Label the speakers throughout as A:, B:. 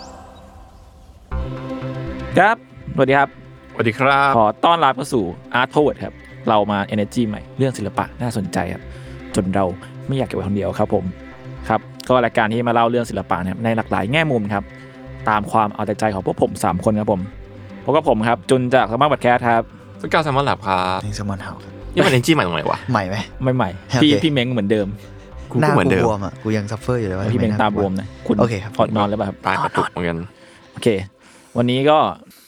A: ครับ สวัสดีครับ
B: สวัสดีครับ
A: ขอต้อนรับเข้าสู่ Art Forward ครับ เรามา Energy ใหม่ เรื่องศิลปะน่าสนใจครับ จนเราไม่อยากเก็บไว้คนเดียวครับผม ครับ ก็รายการที่มาเล่าเรื่องศิลปะนะครับในหลากหลายแง่มุมครับ ตามความเอาแต่ใจของพวกผม 3 คนครับผมพบกับผมครับ จุนจากสมาร์ทแคสครับ
B: สกาวแซมมอนหลับครับ
C: นี่แซลมอนเห่าครับ
B: นี่มันเอนจีใหม่ตรงไหนวะ
C: ใหม่ไหม
A: ใหม่ๆ
C: โอเค
A: พี่พี่เม้งเหมือนเดิม
B: กูก็เหมือนเดิม
C: บวมอ่ะกูยังซัฟเฟอร์อยู่เลยว่า
A: พี่เม้ง
C: ทำไ
A: ตาบวมนะคุณ
C: โอเคครับ
A: อดนอนแล้วป่ะครับ
B: ตายกระตุกเหมือนกัน
A: โอเค วันนี้ก็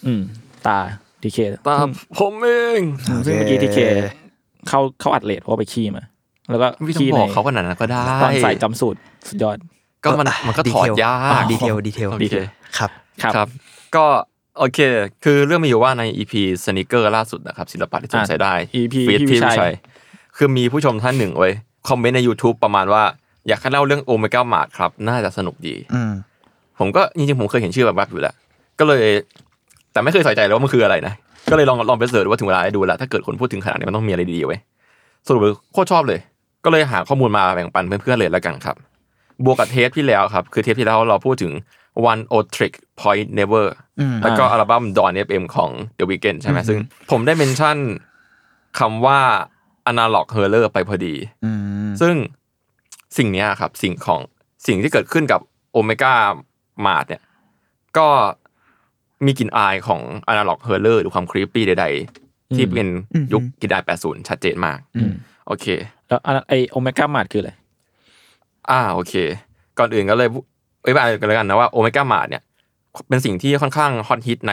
A: อืม ตาทีเค
B: ตามผมเอง
A: ซึ่งเมื่อกี้ทีเคเข้าเข้าอัดเลทเพราะว่าไปขี้มา แล้วก็
B: ไม่ต้อ
A: ขี้
B: ง
A: ใน
B: บอกเขาขนาดนั้นก็ได้
A: ตอนใส่จำสูตรสุดยอด
B: ก็มันมันก็ถอดยาก
C: ดีเทล ดีเทล
B: โอ
C: ดี
B: เค
C: เทลครับ
A: ครับ
B: ครับ ก็โอเค คือเรื่องมีอยู่ว่าใน EP สนิเกอร์ล่าสุดนะครับ ศิลปะที่ชมใช้ได้
A: EP
B: ฟีด
A: พี่วิ
B: พี่
A: ชั
B: วิ
A: ย
B: ชัย คือมีผู้ชมท่านหนึ่งไว้ยคอมเมนต์ใน YouTube ประมาณว่า อยากให้เล่าเรื่องโอเมก้ามาดครับ น่าจะสนุกดี
C: อืม
B: ผมก็จริงๆผมเคยเห็นชื่อแบบวับๆอยู่แล้ว ก็เลย แต่ไม่เคยใส่ใจเลยว่ามันคืออะไรนะ ก็เลยลองลองไปเสิร์ชว่าถึงเวลาได้ดูแล้ว ถ้าเกิดคนพูดถึงขนาดนี้มันต้องมีอะไรดีๆไว้ยสรุปเลยโคตรชอบเลย ก็เลยหาข้อมูลมาแบ่งปันเพื่อนๆเลยแล้วกันครับ บวกกับเทปที่แล้วครับ คือเทปที่แล้วเราพูดถึง one o trick point never แล้วก็อัลบั้ม Dawn FM ของ The Weeknd ใช่ไหมซึ่ง ผมได้เมนชั่นคำว่า analog h u r l e r ไปพอดี
C: อืม
B: ซึ่งสิ่งเนี้ยครับสิ่งของสิ่งที่เกิดขึ้นกับโอเมก้ามาดเนี่ยก็มีกลิ่นอายของอนาล็อกเฮอร์เลอร์หรือความครีปปี้ใดๆ ที่เป็นยุคกลิ่นอาย80 ชัดเจนมาก โอเค
A: แล้วอันนั้นไอโอเมก้ามาดคืออะไร
B: อ่าโอเค ก่อนอื่นก็เลยเอ้ยไปอ่านกันแล้วกันนะว่าโอเมก้ามาดเนี่ย เป็นสิ่งที่ค่อนข้างฮอตฮิตใน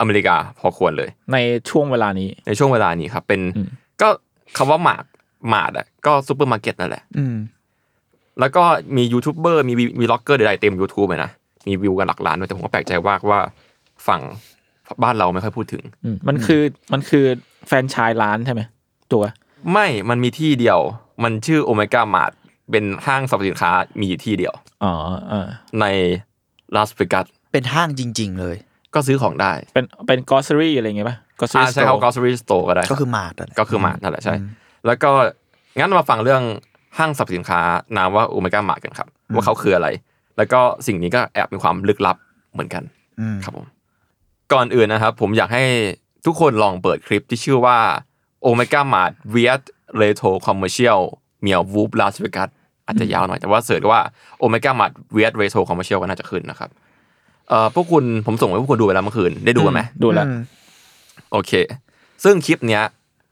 B: อเมริกาพอควรเลย
A: ในช่วงเวลานี้
B: ในช่วงเวลานี้ครับเป็น
A: อืม
B: ก็คำว่ามาดมาดอ่ะก็ซูเปอร์มาร์เก็ตนั่นแหละ
C: อืม
B: แล้วก็มียูทูบเบอร์มีวีล็อกเกอร์ใดๆเต็ม YouTube เลยนะ มีวิวกันหลักล้านด้วยแต่ผมก็แปลกใจว่าว่าฝั่งบ้านเราไม่ค่อยพูดถึง
A: อืมมันคือมันคือแฟรนไชายร้านใช่ไหมตัว
B: ไม่มันมีที่เดียว มันชื่อโอเมก้ามาร์ทเป็นห้างสรรพสินค้ามีอยู่ที่เดียว
A: อ๋อเออ
B: ในลาสเวกัส
C: เป็นห้างจริง ๆ เลย
B: ก็ซื้อของได้
A: เป็นเป็นกอสซอรี่อะไรเงี้ยป่ะกอสซอ
B: อา
A: รี่
B: ใช้เขา grocery store ก็ได้
C: ก็คือมาดอะ
B: ก็คือมาร์ทนั่นแหละใช่ แล้วก็งั้นเรามาฟังเรื่องห้างสรรพสินค้านามว่าโอเมก้ามาร์ทกันครับ ว่าเขาคืออะไร แล้วก็สิ่งนี้ก็แอบมีความลึกลับเหมือนกัน
C: อืม
B: ครับผมก่อนอื่นนะครับ ผมอยากให้ทุกคนลองเปิดคลิปที่ชื่อว่า o m e g a m a r t v i e t r e t r o Commercial เมียววูฟลาสเวกัสอาจจะยาวหน่อย แต่ว่าเสิร์ชว่า o m e g a m a r t v i e t r e t r o Commercial ก็น่าจะขึ้นนะครับเอ่อพวกคุณผมส่งไว้พวกคุณดูไปแล้วเมื่อคืน ได้ดูกันไหม
A: ดูแลว
B: โอเค ซึ่งคลิปเนี้ย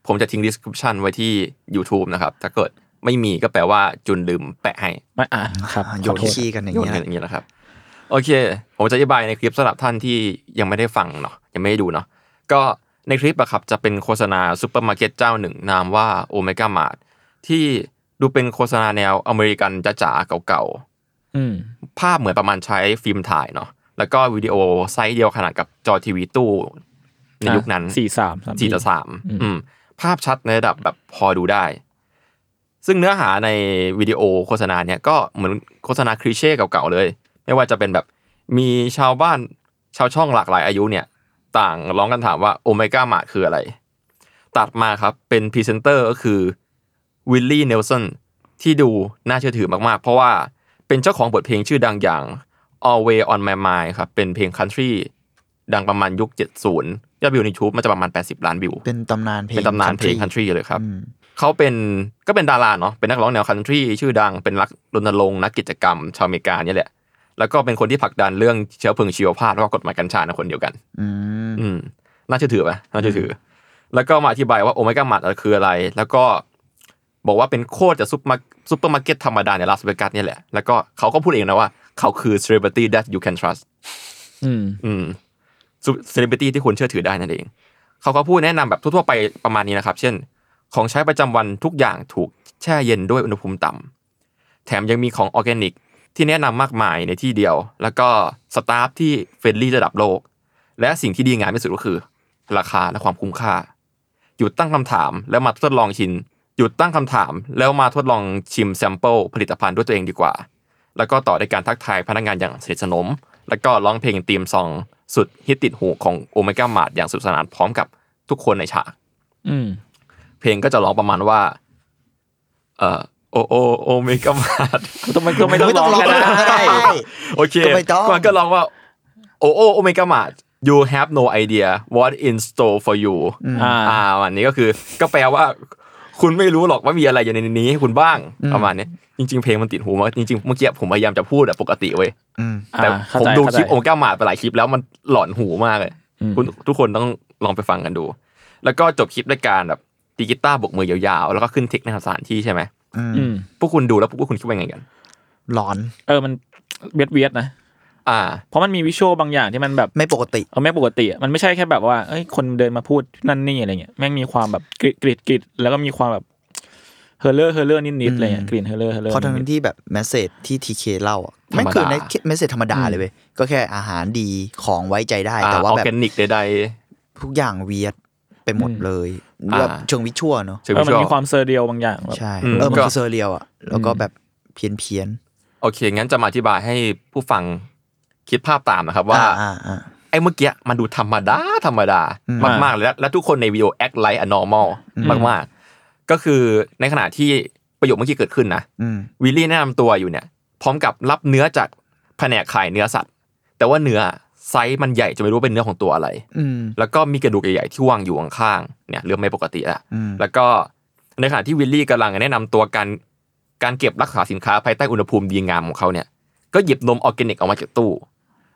B: ผมจะทิ้ง description ไว้ที่ YouTube นะครับ ถ้าเกิดไม่มีก็แปลว่าจุนลืมแปะให้
A: ไม่อ่าครับ
C: อ่าโย
A: ขอน โทษ
C: ขี้กันอย่าง
B: โยน
C: เงี้ย
B: กันอย่างนี้นะครับ โอเค ผมจะอธิบายในคลิปสำหรับท่านที่ยังไม่ได้ฟังเนาะยังไม่ได้ดูเนาะก็ในคลิปอะครับจะเป็นโฆษณาซูเปอร์มาร์เก็ตเจ้าหนึ่ง นามว่าโอเมก้ามาร์ทที่ดูเป็นโฆษณาแนวอเมริกันจ๋าๆเก่า
A: อืม
B: ๆ ภาพเหมือนประมาณใช้ฟิล์มถ่ายเนาะแล้วก็วิดีโอไซส์เดียวขนาดกับจอทีวีตู้ ในยุคนั้น
A: สี่สามสาม
B: สี่ต่อสามอืมภาพชัดในระดับแบบพอดูได้ ซึ่งเนื้อหาในวิดีโอโฆษณาเนี่ยก็เหมือนโฆษณาคลีเช่เก่าๆเลย ไม่ว่าจะเป็นแบบมีชาวบ้านชาวช่องหลากหลายอายุเนี่ย ต่างร้องกันถามว่าโอเมก้ามาคืออะไร ตัดมาครับเป็นพรีเซนเตอร์ก็คือวิลลี่เนลสันที่ดูน่าเชื่อถือมากๆ เพราะว่าเป็นเจ้าของบทเพลงชื่อดังอย่าง Always on My Mind ครับเป็นเพลง Country ดังประมาณยุค 70 ยอดวิวในยูทูบมันจะประมาณ 80 ล้านวิว
C: เป็นตำนานเพลง
B: เป็นตำนานเพลง
C: country
B: คันทรีเลยครับ
C: อืม
B: เขาเป็นก็เป็นดาราเนาะเป็นนักร้องแนวคันทรีชื่อดังเป็นนักรณรงค์นักกิจกรรม ชาวอเมริกาเนี่ยแหละ แล้วก็เป็นคนที่ผลักดันเรื่องเชื้อเพลิงชีวภาพแล้วก็กฎหมายกัญชาในคนเดียวกัน
C: อืม
B: อืมน่าเชื่อถือไหมน่าเชื่อถืออแล้วก็มาอธิบายว่าโอเมก้ามัดคืออะไร แล้วก็บอกว่าเป็นโคตรจากซุปมาซุปเปอร์มาร์เก็ตธรรมดาในลาสเวกัสเนี่ยแหละ แล้วก็เขาก็พูดเองนะว่า เขาคือ celebrity that you can trust
A: อืม
B: อืมเซเลบริตี้ที่คุณเชื่อถือได้นั่นเอง เขาก็พูดแนะนำแบบทั่วๆไปประมาณนี้นะครับ เช่น ของใช้ประจำวันทุกอย่างถูกแช่เย็นด้วยอุณหภูมิต่ำแถมยังมีของออร์แกนิก ที่แนะนำมากมายในที่เดียว แล้วก็สตาฟที่เฟรนลี่ระดับโลก และสิ่งที่ดีงามที่สุดก็คือ ราคาและความคุ้มค่า หยุดตั้งคำถามแล้วมาทดลองชิมหยุดตั้งคำถามแล้วมาทดลองชิมแซมเปิลผลิตภัณฑ์ด้วยตัวเองดีกว่า แล้วก็ต่อด้วยการทักทายพนักงานอย่างสนิทสนม แล้วก็ร้องเพลงตีมซองสุดฮิตติดหูของโอเมก้ามาดอย่างสนุดสนานพร้อมกับทุกคนในฉาก
A: อืม
B: เพลงก็จะร้องประมาณว่า เออโอโอโอเมก้ามาด
A: ต้องไม่ต้องไม่ต้อง
C: ไม่
A: ร้
C: ต้อ
A: องง
C: ร้อง
A: กันนะ
C: ก็ได้
B: โอเค
C: ก็ไม่ต้อง
B: มันก็ร้องว่า โอโอโอเมก้ามาด you have no idea what in store for you
A: อ่า
B: อ่าวันนี้ก็คือก็แปลว่า คุณไม่รู้หรอกว่ามีอะไรอยู่ในนี้ให้คุณบ้างประมาณเนี้ยจริง ๆ เพลงมันติดหูมากจริงๆเมื่อกี้ผมพยายามจะพูดแบบปกติเว้ย
C: อืม
B: แต่
A: อ่าเข้า
B: ผม
A: ใจ
B: ดู
A: เข้า
B: ค
A: ใจ
B: ลิปโอเมก้าหมาดไปหลายคลิปแล้วมันหลอนหูมากเลยคุณทุกคนต้องลองไปฟังกันดู แล้วก็จบคลิปด้วยการแบบตีกีตาร์บกมือยาวๆ แล้วก็ขึ้นเทคในสถานที่ใช่ไหม
A: อืม
B: พวกคุณดูแล้วพวกคุณคิดว่าไงกัน
C: หลอน
A: เออมันเวียดเวียดนะ
B: อ่า
A: เพราะมันมีวิชวลบางอย่างที่มันแบบ
C: ไม่ปกติ
A: เออแม่งปกติอะมันไม่ใช่แค่แบบว่าเอ้ยคนเดินมาพูดนั่นนี่อะไรเงี้ยแม่งมีความแบบกริดกริดกริดแล้วก็มีความแบบเฮอเลอร์เฮอเลอร์นิดนิดๆอะไรเงี้ยกลิ่นเฮอเลอร์เฮอเลอร์
C: เพราะทั้ง
A: นิดๆ
C: ที่แบบแมสเซจที่ทีเคเล่าอ่ะ
B: ธรรมดา
C: ไม่งคือในเมสเซจธรรมดาเลยเว้ย ก็แค่อาหารดีของไว้ใจได้
B: อ่า
C: แต่
B: อ
C: ว่า
B: อ
C: แบบ
B: แกนิกใด
C: ทุกอย่างเวียดไปหมดเลย
B: อ่า
C: แบบเชิงวิชวลเนาะ
B: ๆถึง
A: เออมัน
B: ช
A: มีค
B: อ
A: วา
B: บ
A: มเซอร์เรียลบางอย่างแบบ
C: ใช่
B: อืม
C: เออมัน
B: ก็
C: คือเซอร์เรียลอ่ะ แล้วก็แบบเพี้ยนเพี้ยน
B: โอเค งั้นจะมาอธิบายให้ผู้ฟังคิดภาพตามนะครับ
C: ๆ
B: ว่า
C: อ่าอ่า
B: ไอ้เมื่อกี้มันดูธรรมดา ธรรมดา
C: อืม
B: มากๆเลยและและทุกคนในวิดีโอ act like a normal มากๆ ก็คือในขณะที่ประโยคเมื่อกี้เกิดขึ้นนะ
C: อืม
B: วิลลี่แนะนำตัวอยู่เนี่ย พร้อมกับรับเนื้อจากแผนกขายเนื้อสัตว์ แต่ว่าเนื้อไซส์มันใหญ่จนไม่รู้ว่าเป็นเนื้อของตัวอะไร
C: อืม
B: แล้วก็มีกระดูกใหญ่ๆที่วางอยู่ข้างๆเนี่ยเรื่องไม่ปกติละ
C: อืม
B: แล้วก็ในขณะที่วิลลี่กำลังแนะนำตัวการการเก็บรักษาสินค้าภายใต้อุณหภูมิดีงามของเขาเนี่ย ก็หยิบนมออร์แกนิกออกมาจากตู้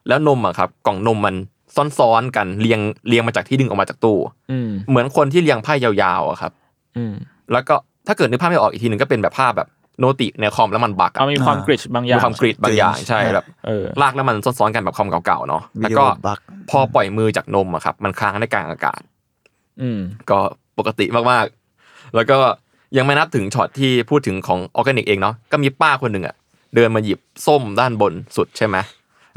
B: แล้วนมอะครับกล่องนมมันซ้อนๆกันเรียงเรียงมาจากที่ดึงออกมาจากตู้
A: อืม
B: เหมือนคนที่เรียงไพ่ยาวๆอะครับ
A: อืม
B: แล้วก็ถ้าเกิดนึกภาพไม่ออกอีกทีหนึ่งก็เป็นแบบภาพแบบโนติในคอมแล้วมันบักอะ
A: เอามีความกริดบางอ
B: มี
A: ย่าง
B: ความกรีดบางอย่างใช่
C: อ่ะ
B: แบบ
A: เออ
B: ลากแล้วมันซ้อนๆกันแบบคอมเก่าๆเนาะ
C: วิ
B: แล้ว
C: ดีโอ
B: ก็
C: บัก
B: พอปล่อยมือจากนมอะครับมันค้างในกลางอากาศ
A: อืม
B: ก็ปกติมากๆ แล้วก็ยังไม่นับถึงช็อตที่พูดถึงของออร์แกนิกเองเนาะก็มีป้าคนหนึ่งอะเดินมาหยิบส้มด้านบนสุดใช่ไหม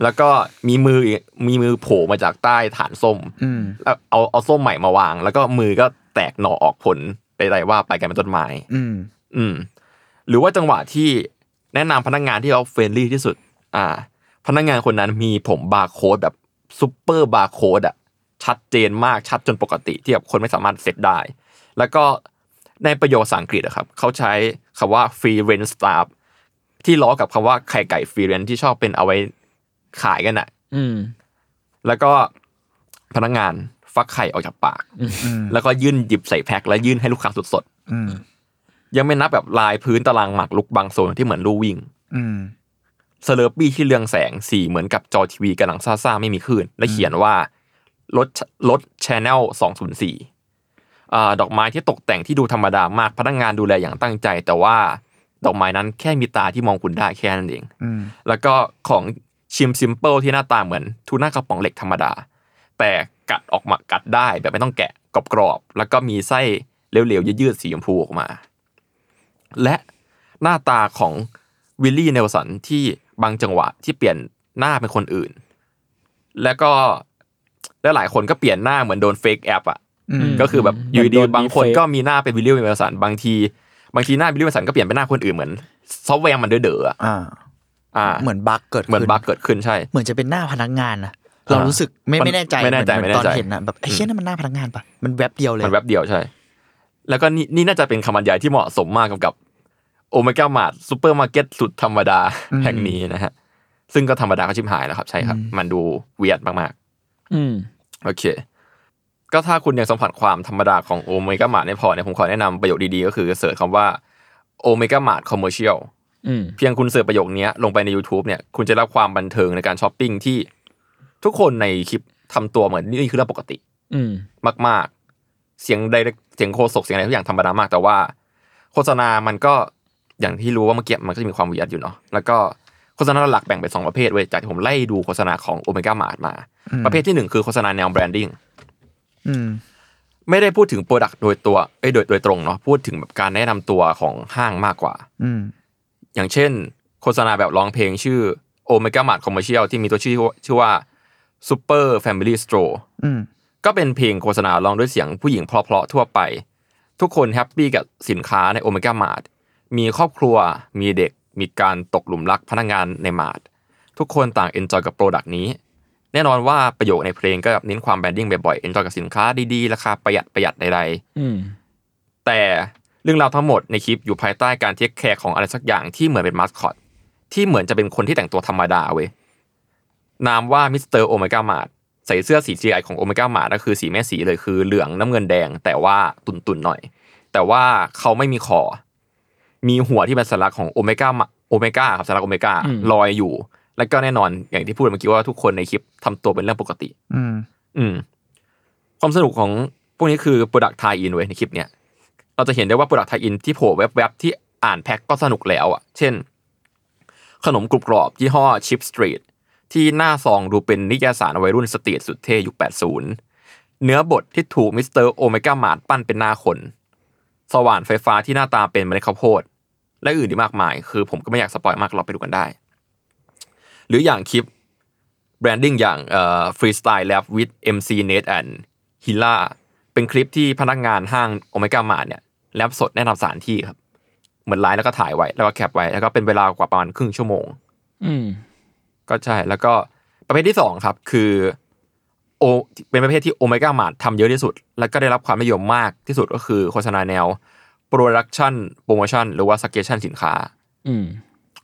B: แล้วก็มีมืออีกมีมือโผล่มาจากใต้ฐานส้ม
C: อืม
B: แล้วเอาเอาส้มใหม่มาวาง แล้วก็มือก็แตกหน่อออกผลใดๆว่าไปกันเป็นต้นไม้
C: อืม
B: อืมหรือว่าจังหวะที่แนะนำพนักงานที่เขาเฟรนลี่ที่สุด อ่า พนักงานคนนั้นมีผมบาร์โค้ดแบบซูเปอร์บาร์โค้ดอะชัดเจนมากชัดจนปกติที่แบบคนไม่สามารถเซตได้ แล้วก็ในประโยคภาษาอังกฤษอะครับเขาใช้คำว่า free range staff ที่ล้อกับคำว่าไข่ไก่ free range ที่ชอบเป็นเอาไว้ขายกันอะ
A: อืม
B: แล้วก็พนักงานฟักไข่ออกจากปาก แล้วก็ยื่นหยิบใส่แพ็คและยื่นให้ลูกค้าสดๆ
C: อืม
B: ยังไม่นับแบบลายพื้นตารางหมากลุกบางโซนที่เหมือนลู่วิ่ง
C: อืม
B: สเลอร์ปี้ที่เรืองแสงสีเหมือนกับจอทีวีกำลังซ่าๆ ไม่มีคลื่น และเขียนว่ารถรถชแนลสองศูนย์สี่าดอกไม้ที่ตกแต่งที่ดูธรรมดามากพนักงานดูแลอย่างตั้งใจ แต่ว่าดอกไม้นั้นแค่มีตาที่มองคุณได้แค่นั้นเอง
C: อืม
B: แล้วก็ของชิมซิมเปิลที่หน้าตาเหมือนทูน่ากระป๋องเหล็กธรรมดา แต่กัดออกมากัดได้แบบไม่ต้องแกะกรอบๆแล้วก็มีไส้เหลวๆยืดๆสีชมพูออกมา และหน้าตาของวิลลี่เนลสันที่บางจังหวะที่เปลี่ยนหน้าเป็นคนอื่น แล้วก็และหลายคนก็เปลี่ยนหน้าเหมือนโดนเฟกแอปอ่ะ
C: อืม
B: ก็คือแบบอยู่ดีๆบางค
A: เหมือนโดน
B: น
A: deepfake
B: ก็มีหน้าเป็นวิลลี่เนลสันบางทีบางทีหน้าวิลลี่เนลสันก็เปลี่ยนเป็นหน้าคนอื่นเหมือนซอฟต์แวร์มันเด๋อๆอะ
C: อ่า
B: อ่า
C: เหมือนบักเกิด
B: เหมือน
C: ขึ้
B: บั๊กเกิดขึ้นใช่
C: เหมือนจะเป็นหน้าพนักงานนะเรารู้สึกไม่
B: มัน
C: ไม่แน่ใจ
B: ไม่แน่ใจ
C: เหอ
B: ไม่
C: น
B: แน่
C: ตอน
B: ใจ
C: เห็นอะแบบไอ้เชี่ยนั่นมันหน้าพนักงานปะมันแวบเดียวเลย
B: มันแวบเดียวใช่ แล้วก็นี่นี่น่าจะเป็นคำบรรยายที่เหมาะสมมากกับโอเมก้ามาร์ทซูเปอร์มาร์เก็ตสุดธรรมดา
C: อืม
B: แห่งนี้นะฮะ ซึ่งก็ธรรมดาก็ชิมหายแล้วครับ ใช่ครับ มันดูเวียดมาก
A: อืม
B: ๆ โอเค ก็ถ้าคุณยังสัมผัสความธรรมดาของโอเมก้ามาร์ไม่พอเนี่ยผมขอแนะนำประโยคดีๆ ก็คือเสิร์ชคำว่าโอเมก้ามาร์คอมเมอร์เชียล
A: อืม
B: เพียงคุณเสิร์ชประโยคเนี้ยลงไปใน YouTube เนี่ยคุณจะรับความบันเทิงในการช้อปปิ้งที่ทุกคนในคลิปทำตัวเหมือนนี่คือเรื่องปกติ
A: อืม
B: มาก ๆ เสียงไดเรกเสียงโคศกเสียงอะไรทุกอย่างธรรมดามาก แต่ว่า โฆษณามันก็อย่างที่รู้ว่าเมื่อกี้มันก็จะมีความเวียดอยู่เนาะแล้วก็โฆษณาหลักแบ่งเป็นสองประเภทเว้ยจากที่ผมไล่ดูโฆษณาของโอเมก้ามาร์มา ประเภทที่หนึ่งคือโฆษณาแนวแบรนดิ้ง
C: อืม
B: ไม่ได้พูดถึงโปรดักต์โดยตัวเอ้ยโดยโดยตรงเนาะพูดถึงแบบการแนะนำตัวของห้างมากกว่า
C: อืม
B: อย่างเช่น โฆษณาแบบร้องเพลงชื่อ Omega Mart Commercial ที่มีตัวชื่อว่าชื่อว่า Super Family Store
C: อืม
B: ก็เป็นเพลงโฆษณาร้องด้วยเสียงผู้หญิงเพราะๆทั่วไป ทุกคนแฮปปี้กับสินค้าใน Omega Mart มีครอบครัว มีเด็ก มีการตกหลุมรักพนักงานใน Mart ทุกคนต่างเอนจอยกับโปรดักต์นี้ แน่นอนว่าประโยคในเพลงก็แบบเน้นความแบรนดิ้งบ่อยๆเอนจอยกับสินค้าดีๆ ราคาประหยัดประหยัดใดๆ
A: อืม
B: แต่เรื่องราวทั้งหมดในคลิปอยู่ภายใต้การเทคแคร์ของอะไรสักอย่างที่เหมือนเป็นมาสคอต ที่เหมือนจะเป็นคนที่แต่งตัวธรรมดาเว้ย นามว่ามิสเตอร์โอเมก้ามาดใส่เสื้อสี GI ของโอเมก้ามาดก็คือสีแม่สีเลยคือเหลืองน้ำเงินแดง แต่ว่าตุนๆหน่อย แต่ว่าเขาไม่มีคอ มีหัวที่เป็นสัญลักษณ์ของโอเมก้าโอเมก้าครับสัญลักษณ์โอเมก้า
A: อืม
B: ลอยอยู่ แล้วก็แน่นอนอย่างที่พูดเมื่อกี้ว่าทุกคนในคลิปทำตัวเป็นเรื่องปกติ
C: อืม
B: อืมความสนุกของพวกนี้คือ Product Tie In เว้ยในคลิปเนี้ยเราจะเห็นได้ว่า Product Tie In ที่โผล่แวบๆที่อ่านแพ็คก็สนุกแล้วอ่ะ เช่น ขนมกรุบกรอบยี่ห้อ Chip Street ที่หน้าซองดูเป็นนิยายสารวัยรุ่นสตรีทสุดเท่ยุค80 เนื้อบทที่ถูกมิสเตอร์โอเมก้ามาดปั้นเป็นหน้าคน สว่านไฟฟ้าที่หน้าตาเป็นเมล็ดข้าวโพด และอื่นอีกมากมาย คือผมก็ไม่อยากสปอยมากเราไปดูกันได้ หรืออย่างคลิป แบรนดิ้งอย่างเอ่อ Freestyle Lab with MC Nate and Hila เป็นคลิปที่พนักงานห้างโอเมก้ามาเนี่ยแลบสดแนะนำสถานที่ครับ เหมือนไลน์แล้วก็ถ่ายไว้ แล้วก็แคปไว้ แล้วก็เป็นเวลากว่าประมาณครึ่งชั่วโมง
A: อืม
B: ก็ใช่แล้วก็ประเภทที่ 2 ครับ คือโอเป็นประเภทที่โอเมก้ามาทำเยอะที่สุด แล้วก็ได้รับความนิยมมากที่สุดก็คือโฆษณาแนว Production Promotion หรือว่า Suggestion สินค้า
A: อืม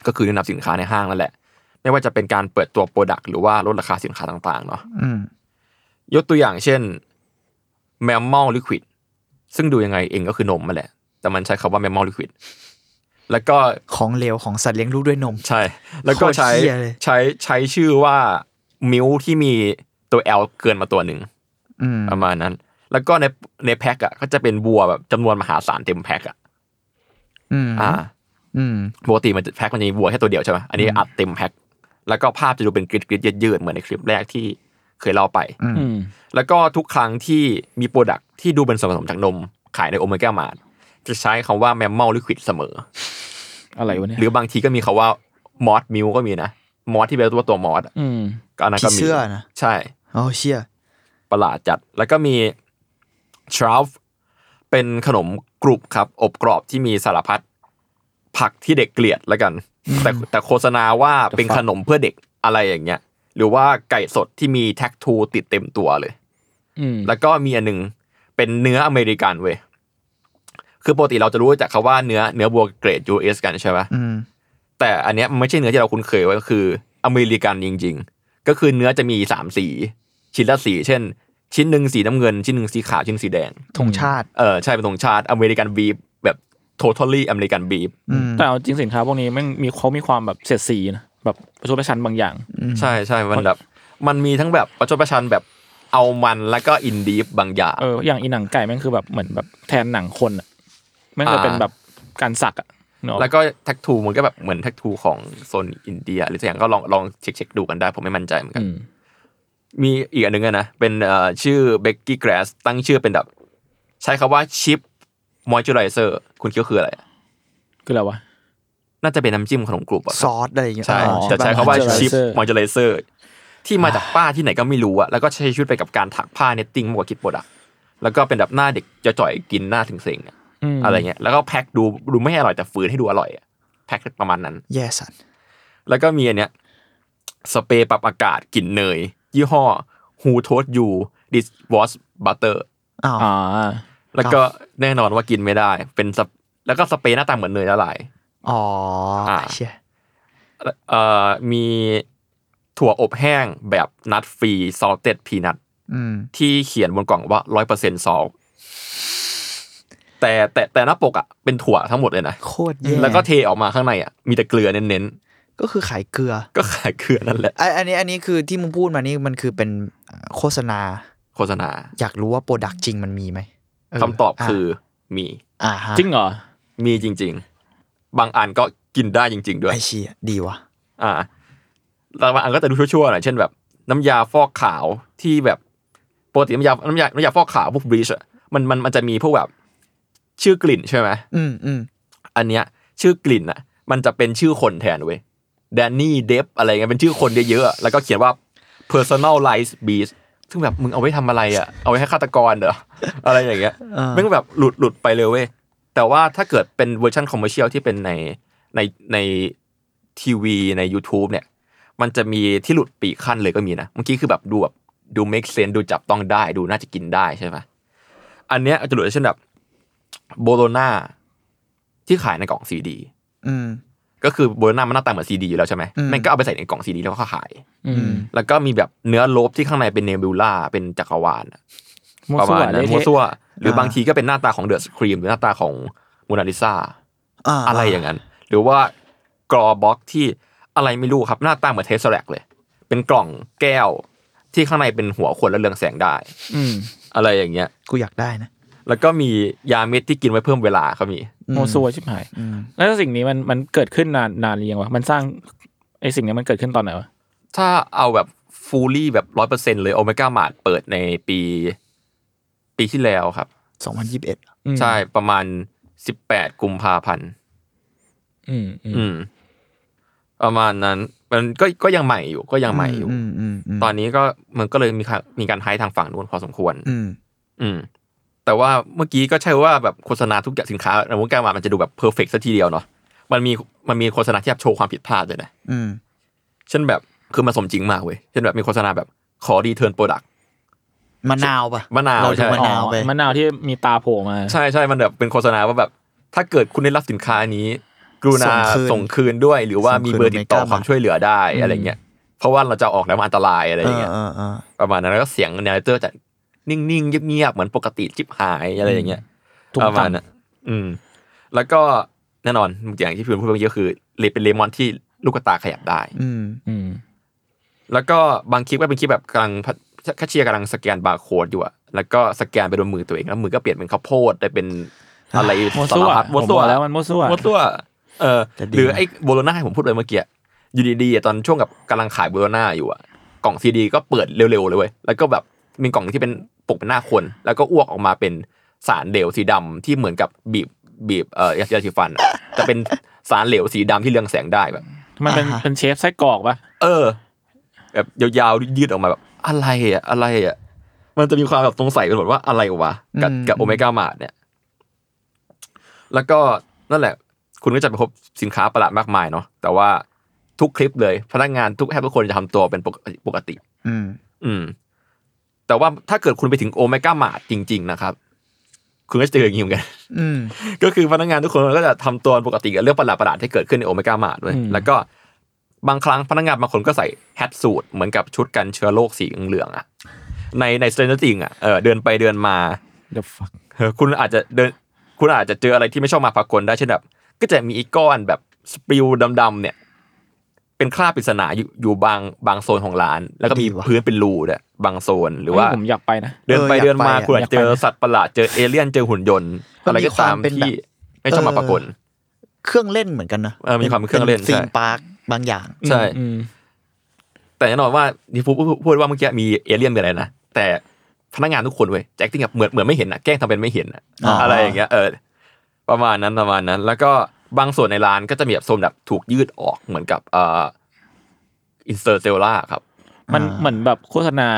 B: ก็คือแนะนำสินค้าในห้างนั่นแหละ ไม่ว่าจะเป็นการเปิดตัวโปรดักต์หรือว่าลดราคาสินค้าต่างๆเนาะ
C: อืม
B: ยกตัวอย่างเช่น mammal liquid ซึ่งดูยังไงเองก็คือนมมาแหละ แต่มันใช้คำว่า mammal liquid แล้วก็
C: ของเหลวของสัตว์เลี้ยงลูกด้วยนม
B: ใช่ แล้วก็ใช้
C: โคตรเหี้ยเลย
B: ใช้ใช้ชื่อว่ามิลที่มีตัว L เกินมาตัวหนึ่ง
C: อืม
B: ประมาณนั้น แล้วก็ในในแพ็คอะก็จะเป็นบัวแบบจำนวนมหาศาลเต็มแพ็คอะ
C: อืม
B: อ่า
C: อืม
B: ปกติมันจะแพ็คมันจะมีวัวแค่ตัวเดียวใช่ไหมอันนี้อัดเต็มแพ็ค แล้วก็ภาพจะดูเป็นกริดกริดๆยืดๆเหมือนในคลิปแรกที่เคยเล่าไป
A: อืม
B: แล้วก็ทุกครั้งที่มีโปรดักที่ดูเป็นส่วนผสมจากนม ขายในโอเมก้ามาจะใช้คำว่าแมม m ม l ล Liquid เสมอ
A: อะไรวะเนี่ย
B: หรือบางทีก็มีคำว่ามอสมิลก็มีนะ มอสที่แปลว่าตัวมอส
A: อืม
B: ก็อันนั้นก็มี
C: ผีเสื้อนะ
B: ใช่
C: โอ้เชี่ย
B: ประหลาดจัด แล้วก็มีชราฟเป็นขนมกรุบครับ อบกรอบที่มีสารพัดผักที่เด็กเกลียดแล้วกัน แต่แต่โฆษณาว่าเป็นขนมเพื่อเด็กอะไรอย่างเงี้ยหรือว่าไก่สดที่มีแท็กทูติดเต็มตัวเลย
A: อืม
B: แล้วก็มีอันหนึ่งเป็นเนื้ออเมริกันเว้ย คือปกติเราจะรู้จากคาว่าเนื้อเนื้อวัวเกรด US กันใช่ปะ
C: อืม
B: แต่อันเนี้ยมันไม่ใช่เนื้อที่เราคุ้นเคยไว้ยคืออเมริกันจริง ๆ ก็คือเนื้อจะมีสามสี ชิ้นละสี เช่น ชิ้นหนึ่งสีน้ำเงิน ชิ้นหนึ่งสีขาว ชิ้นหนึ่งสีแดง
C: ธงชาติ
B: เออใช่เป็นธงชาติอเมริกันบีฟแบบ totally อเมริกันบีฟ
C: อืม
A: แต่เอาจริงสินค้าพวกนี้แมันมีเขามีความแบบเสียดสีนะแบบประชดประชันบางอย่าง
B: ใช่ใช่มันแบบมันมีทั้งแบบประชดประชันแบบเอามันแล้วก็อินดีฟบางอย่าง
A: เอออย่างอีหนังไก่แม่งคือแบบเหมือนแบบแทนหนังคนอะแม่งจะเป็นแบบการสักอะเนาะ
B: แล้วก็แท็กทูมันก็แบบเหมือนแท็กทูของโซนอินเดียหรือสักอย่างก็ลองลองเช็คเช็คดูกันได้ ผมไม่มั่นใจเหมือนกั
A: อื
B: น
A: ม
B: มีอีกอันหนึงอะนะ เป็นเอ่อชื่อเบกกี้แกรสตั้งชื่อเป็นแบบ ใช้คำว่าชิปมอยเจอไรเซอร์คุณคิดว่าคืออะไรอะ
A: คืออะไรวะ
B: น่าจะเป็นน้ำจิ้มขนมกรุบอะ
C: ซอสอะไรอย่างเงี้ย
B: ใช่
C: อ๋อ
B: จะใช้
C: ปะ
B: คำว่าชิป
A: moisturizer
B: มอยเจอไรเซอร์ที่มาจากป้าที่ไหนก็ไม่รู้อะแล้วก็ใช้ชีวิตไปกับการถักผ้าเน็ตติ้งมากกว่าคิดโปรดักแล้วก็เป็นแบบหน้าเด็กจะจ่อยๆกินหน้าถึงเซ็งๆอะ
A: ม
B: อะไรเงี้ยแล้วก็แพ็คดูดูไม่ให้อร่อยแต่ฝืนให้ดูอร่อยอะแพ็คประมาณนั้น
C: แย่สัตว์
B: แล้วก็มีอันเนี้ยสเปรย์ปรับอากาศกลิ่นเนย ยี่ห้อ Who Told You This Was Butter
C: อ้าว
A: อ่า
B: แล้วก็แน่นอนว่ากินไม่ได้ เป็นสเปแล้วก็สเปรย์หน้าตาเหมือนเนยละลาย
C: อ๋ออา เชี่ย
B: เอ่อมีถั่วอบแห้งแบบนัดฟรีซอ l เต็ดพีนัท
C: อืม
B: ที่เขียนบนกล่องว่าร้อยเปอร์เซ็นต์ซอลแต่แต่แต่หน้าปกอ่ะเป็นถั่วทั้งหมดเลยนะ
D: โคตรแย่
B: แล้วก็เทออกมาข้างในอ่ะมีแต่เกลือเน้น
D: ก็คือขายเกลือ
B: ๆ ก็ขายเกลือนั่นแหละ
C: ไออันนี้อันนี้คือที่มึงพูดมานี่มันคือเป็นโฆษณา
B: โฆษณา
C: อยากรู้ว่าโปรดักจริงมันมีไหมเ
B: คำตอบคือมี
C: อ่าฮะ
A: จริงเหรอ
B: มีจริง ๆ บางอันก็กินได้จริง ๆ ด้วย
C: ไอเชียดีว่ะ
B: อ่าแต่บางอันก็แต่ดูชั่วๆหน่อยเช่นแบบ น้ำยาฟอกขาวที่แบบปกติน้ำยาน้ำยาน้ำยาฟอกขาวพวกบลีชอะมันมันมันจะมีพวกแบบชื่อกลิ่นใช่ไหม
C: อืมอืม
B: อันเนี้ย ชื่อกลิ่นอะมันจะเป็นชื่อคนแทนเว้ยแดนนี่เดฟอะไรเงี้ยเป็นชื่อคนเยอะๆอะแล้วก็เขียนว่า personalized beast ซึ่งแบบมึงเอาไว้ทำอะไรอะเอาไว้ให้ฆาตกรเหรอ อะไรอย่างเงี้ยแม่งแบบหลุดหลุดไปเลยเว้ยแต่ว่าถ้าเกิดเป็นเวอร์ชันคอมเมอรเชียลที่เป็นในในใน ทีวีใน YouTube เนี่ย มันจะมีที่หลุดปีกขั้นเลยก็มีนะ เมื่อกี้คือแบบดูแบบดู make sense ดูจับต้องได้ ดูน่าจะกินได้ใช่ไหมอันเนี้ยอาจจะหลุดเช่นแบบโบโลนาที่ขายในกล่องซีดี
C: อืม
B: ก็คือโบโลนามันหน้าตาเหมือนซีดีอยู่แล้วใช่ไหม
C: อืม
B: มันก็เอาไปใส่ในกล่องซีดีแล้วก็ขาย
A: อืม
B: แล้วก็มีแบบเนื้อโลบที่ข้างในเป็นเนบิวล่าเป็นจักรวาลอะ
A: มั่ว
B: ประ
A: ซั่
B: มาว ณนั้น
A: เละ
B: มัว
A: เทะ
B: ซั่วหรือบางทีก็เป็นหน้าตาของเดอะสครีมหรือหน้าตาของมูนาลิซา
C: อ่า
B: อะไรอย่างนั้น หรือว่ากรอบ็อกที่อะไรไม่รู้ครับ หน้าตาเหมือนเทสแลกเลย เป็นกล่องแก้วที่ข้างในเป็นหัวคนและเรืองแสงได้
A: อืม
B: อะไรอย่างเงี้ย
C: กูอยากได้นะ
B: แล้วก็มียาเม็ดที่กินไว้เพิ่มเวลาก็มี
A: มั่วซั่วชิบหาย
C: อืม
A: แล้วสิ่งนี้มันมันเกิดขึ้นนานนานหรือยังวะมันสร้างไอสิ่งนี้มันเกิดขึ้นตอนไหนวะ
B: ถ้าเอาแบบฟูลี่แบบร้อยเปอร์เซ็นเลยโอเมก้ามาดเปิดในปี ปีที่แล้วครับ
C: สองพันยี่สิบเอ็ด
A: อืม
B: ใช่ประมาณสิบแปดกุมภาพันธ์
A: อืมอืม
B: อืม ประมาณนั้น มันก็ก็ยังใหม่อยู่ ก็ยังใหม่อยู่
C: มอืมอืม
B: ตอนนี้ก็มันก็เลยมีค่ะมีการไฮทางฝั่งนู้นพอสมควร
C: อืม
B: อืม แต่ว่าเมื่อกี้ก็ใช่ว่าแบบโฆษณาทุกอย่างสินค้าในวงการมามันจะดูแบบเพอร์เฟกซะทีเดียวเนาะมันมีมันมีโฆษณาที่แบบโชว์ความผิดพลาดด้วยนะ
C: อืม
B: เช่นแบบคือมันสมจริงมากเว้ยเช่นแบบมีโฆษณาแบบขอรีเทิร์นโปรดัก
C: มะนาวปะ
B: มะนาว
C: เรดู
B: ใช่
C: มะนาวไป
A: อ๋อมะนาวที่มีตาโผล่มา
B: ใช่ใช่มันแบบเป็นโฆษณาว่าแบบ ถ้าเกิดคุณได้รับสินค้านี้ กรุณาส่งคืนด้วย หรือว่ามีเบอร์ติดต่อความช่วยเหลือได้อะไรเงี้ยเพราะว่าเราจะเอาออกแล้วมันอันตรายอะไร
C: เอ
B: อย่าง
C: อ
B: เงี้ย
C: เออเออ
B: ประมาณนั้นแล้วก็เสียงเนเรเตอร์จะนิ่งๆเงียบๆเหมือนปกติจิบหายอะไรอย่างเงี้ยประมาณนั้นอืม แล้วก็แน่นอนอย่างที่พี่พูดเมื่อกี้ก็คือเลเป็นเลมอนที่ลูกกระตาขยับได้
C: อืม
A: อืม
B: แล้วก็บางคลิปก็เป็นคลิปแบบกำลังแคชเชียร์กำลังสแกนบาร์โค้ดอยู่อะแล้วก็สแกนไปโดนมือตัวเองแล้วมือก็เปลี่ยนเป็นข้าวโพดได้เป็นอะไร
A: มั่วซั่ว
B: สารพัด
A: ผมบอกแล้วมันมั่วซั่ว
B: มัวตัวเออ
C: แต่ดี
B: หรือไอ้โบโลนาที่ผมพูดไปเมื่อกี้อยู่ดีๆอะตอนช่วงกับกำลังขายโบโลนาอยู่อะกล่องซีดีก็เปิดเร็วๆเลยเว้ยแล้วก็แบบมีกล่องที่เป็นปกเป็นหน้าคน แล้วก็อ้วกออกมาเป็นสารเหลวสีดำที่เหมือนกับบีบบีบเอ่อยาสีฟันอะแต่เป็นสารเหลวสีดำที่เรืองแสงได้แบบ
A: มันเป็นเป็นเชฟไส้กรอกปะ
B: เออ แบบยาวๆยืดออกมาแบบ อะไรอ่ะอะไรอ่ะมันจะมีความแบบสงสัยกันหมดว่าอะไรวะกับ
C: อืม
B: กับโอเมก้ามาดเนี่ย แล้วก็นั่นแหละ คุณก็จะไปพบสินค้าประหลาดมากมายเนาะแต่ว่าทุกคลิปเลย พนักงานทุกแทบทุกคนจะทำตัวเป็นปกปกติ
C: อืม
B: อืม แต่ว่าถ้าเกิดคุณไปถึงโอเมก้ามาดจริง ๆ นะครับ คุณก็จะเจออย่างนี้เหมือนกัน
C: อืม
B: ก็คือพนักงานทุกคนก็จะทำตัวปกติกับเรื่องประหลาดประหลาดๆที่เกิดขึ้นในโอเมก้ามาด้วย แล้วก็บางครั้งพนักงานบางคนก็ใส่แฮทสูทเหมือนกับชุดกันเชื้อโรคสีเหลืองๆอะในในสเตนติงอ่ะเออเดินไปเดินมา
A: เดี๋ยวฟัก
B: เออคุณอาจจะเดิน คุณอาจจะเจออะไรที่ไม่ชอบมาพากลได้เช่นแบบก็จะมีอีกก้อนแบบสปริวดำๆเนี่ย เป็นคราบปริศนาอยู่อยู่บางบางโซนของร้าน แล้วก็มี
C: ดีว่ะ
B: พื้นเป็นรูด้วยบางโซนหรือว่า
A: ผมอยากไปนะ
B: เดินไป
C: เอออยาก
B: เดินมา
C: ไปอะ
B: คุณอาจจะเจอ
A: อยากไป
B: สัตว์ประหลาดเจอเอเลี่ยนเจอหุ่นยนต์
C: มั
B: อะ
C: นมี
B: ไรก็ตาม
C: ความเป็นแบบ
B: ที่ไม่ชอบมาปรากฏ
C: เครื่องเล่นเหมือนกันนะ
B: เออมีความเป็นเครื่องเล่น
C: ซี
B: ใช่
C: นปาร์คบางอย่าง
B: ใช่
A: อืม
B: แต่แน่นอนว่าที่พูดพูดว่าเมื่อกี้มีเอเลี่ยนมีอะไรนะ แต่พนักงานทุกคนเว้ยแจ็คติ้งแบบเหมือนเหมือนไม่เห็นอะแกล้งทำเป็นไม่เห็นอะอะไรอย่างเงี้ยเออประมาณนั้นประมาณนั้น แล้วก็บางส่วนในร้านก็จะมีแบบโซนแบบถูกยืดออกเหมือนกับเอ่ออินเตอร์เซลล่าครับ
A: มันเหมือนแบบโฆษณา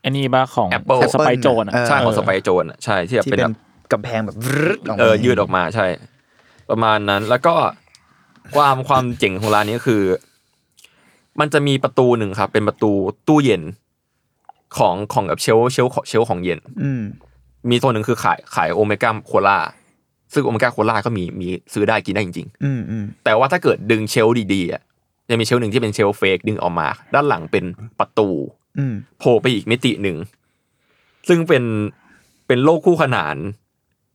A: ไอันนี้บ้าของ
B: Apple
A: สไปโจนอะ
C: เออ
B: ใช่ของสไปโจนอะใช่ที่แบบ
C: ที่
B: เป็น
C: เป็
B: แบ
C: น
B: บ
C: กำแพงแบบรึดออกมา
B: เออยืดออกมาใช่ ประมาณนั้นแล้วก็ความความเจ๋งของร้านนี้ก็คือ มันจะมีประตูหนึ่งครับ เป็นประตูตู้เย็นของของแบบเชลฟ์เชลฟ์ของเชลฟ์ของเย็น
C: อืม
B: มีโซนหนึ่งคือขายขายโอเมก้าโคลาซึ่งโอเมก้าโคลาก็มีมีซื้อได้กินได้จริง
C: อืมอืม
B: ๆ แต่ว่าถ้าเกิดดึงเชลฟ์ดีๆอ่ะจะมีเชลฟ์หนึ่งที่เป็นเชลฟ์เฟกดึงออกมา ด้านหลังเป็นประตู
C: อืม
B: โผล่ไปอีกมิติหนึ่ง ซึ่งเป็นเป็นโลกคู่ขนาน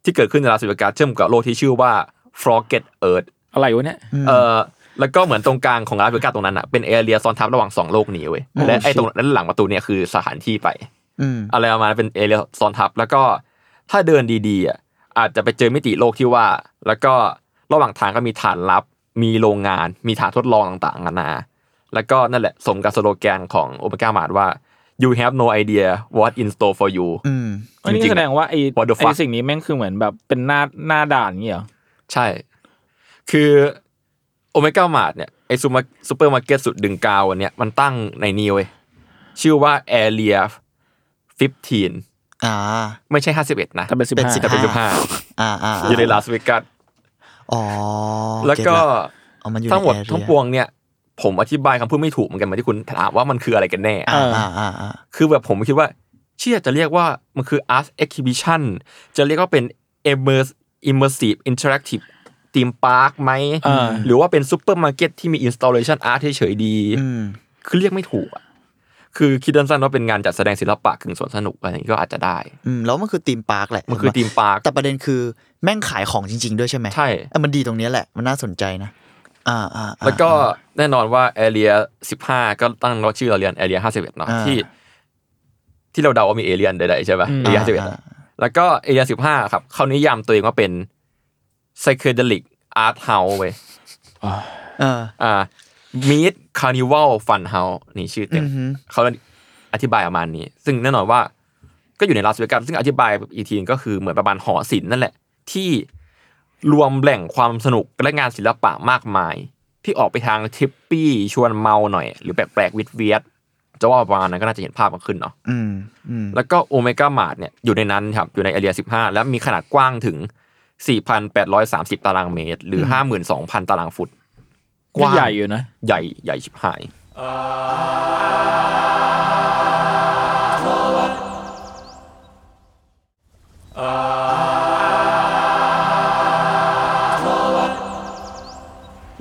B: ที่เกิดขึ้นในราศีกาเชื่อมกับโลกที่ชื่อว่า Forget Earth
A: อะไรวะเนี่ย
B: เอ่อแล้วก็เหมือนตรงกลางของราศีกาตรงนั้นอ่ะเป็นเอเรียซ้อนทับระหว่างสองโลกนี้เว้ยและไอ้ตรงนั้นหลังประตูเนี่ยคือสถานที่ไป
C: อืม
B: อะไรประมาณนั้นเป็นเอเรียซ้อนทับ แล้วก็ถ้าเดินดีๆอ่ะอาจจะไปเจอมิติโลกที่ว่า แล้วก็ระหว่างทางก็มีฐานลับ มีโรงงาน มีฐานทดลองต่างๆนานา แล้วก็นั่นแหละสมกับสโลแกนของโอเมก้ามาดว่า you have no idea what in store for you
C: อืม
A: อันนี้
B: จริงๆ
A: แสดงว่าไอ้
B: What the
A: ไอ้
B: fuck
A: สิ่งนี้แม่งคือเหมือนแบบเป็นหน้าหน้าด่านอย่างเงี้ยเหรอ
B: ใช่ คือโอเมก้ามาดเนี่ยไอซูมาซูเปอร์มาร์เก็ตสุดดึงกาวอันเนี้ยมันตั้งในนี้เว้ยชื่อว่า Area 15
C: อ่า
B: ไม่ใช่ 51 นะ
A: ถ้าเป็นสิบ
C: เป็น
A: ห้า
C: สิบ
B: แต่เป็น
C: ห้า
B: 15
C: อ่าอ่า
B: อยู่ในลาสเวกัส
C: อ๋อ
B: แล้วก็
C: เตละเอามันอยู่ใน
B: ทั้งหมด
C: แอเรีย
B: ทั้งปวงเนี่ย ผมอธิบายคำพูดไม่ถูกเหมือนกันเหมือนที่คุณถามว่ามันคืออะไรกันแน่
C: อ่าอ่าอ่าอ่า
B: คือแบบผมคิดว่า เชื่อจะเรียกว่ามันคือ art exhibition จะเรียกว่าเป็น immersive immersive interactive theme park ไหม
A: เออ
B: หรือว่าเป็นซูเปอร์มาร์เก็ตที่มี installation art เฉยๆดี
C: อืม
B: คือเรียกไม่ถูกอะคือคิดสั้นๆว่าเป็นงานจัดแสดงศิลปะกึ่งสวนสนุกอะไรอย่างนี้ก็อาจจะได้
C: อืมแล้วมันคือธีมปาร์คแหละ
B: มันคือ theme park
C: แต่ประเด็นคือแม่งขายของจริง ๆ ด้วยใช่ไหม
B: ใช่
C: เอ้ยมันดีตรงเนี้ยแหละมันน่าสนใจนะ อ่าอ่าอ่า
B: แล้วก็แน่นอนว่าแอเรียสิบห้าก็ตั้งว่าชื่อเราเรียนแอเรียห้าสิบเอ็ดเนาะ
C: อ่า
B: ที่ ที่เราเดาว่ามีเอเรียนใดๆใช่ป่ะเอเรียห้าสิบเอ็ด
C: อ่า
B: แล้วก็เอเรียสิบห้าครับเขานิยามตัวเองว่าเป็นไซเคเดลิกอาร์ตเฮาเว้ย
C: เออ
B: อ่ามีดคาร์นิวัลฟันเฮานี่ชื่อเต็ม
C: อือหือ
B: เขาอธิบายประมาณนี้ ซึ่งแน่นอนว่าก็อยู่ในลาสเวกัสซึ่งอธิบายอีกทีก็คือเหมือนประมาณหอศิลป์นั่นแหละ ที่รวมแหล่งความสนุกและงานศิลปะมากมาย ที่ออกไปทางทิปปี้ชวนเมาหน่อย หรือแปลกๆวิดเวียดจะว่าประมาณนั้นก็น่าจะเห็นภาพมันขึ้นเนาะ
C: อืมอืม
B: แล้วก็โอเมก้ามาดเนี่ยอยู่ในนั้นครับ อยู่ในเอเรีย 15 และมีขนาดกว้างถึง 4,830 ตารางเมตร หรือ 52,000 ตารางฟุต ก
A: ก็
B: ว้าง
A: ใหญ่อยู่นะ
B: ใหญ่ใหญ่ชิบหาย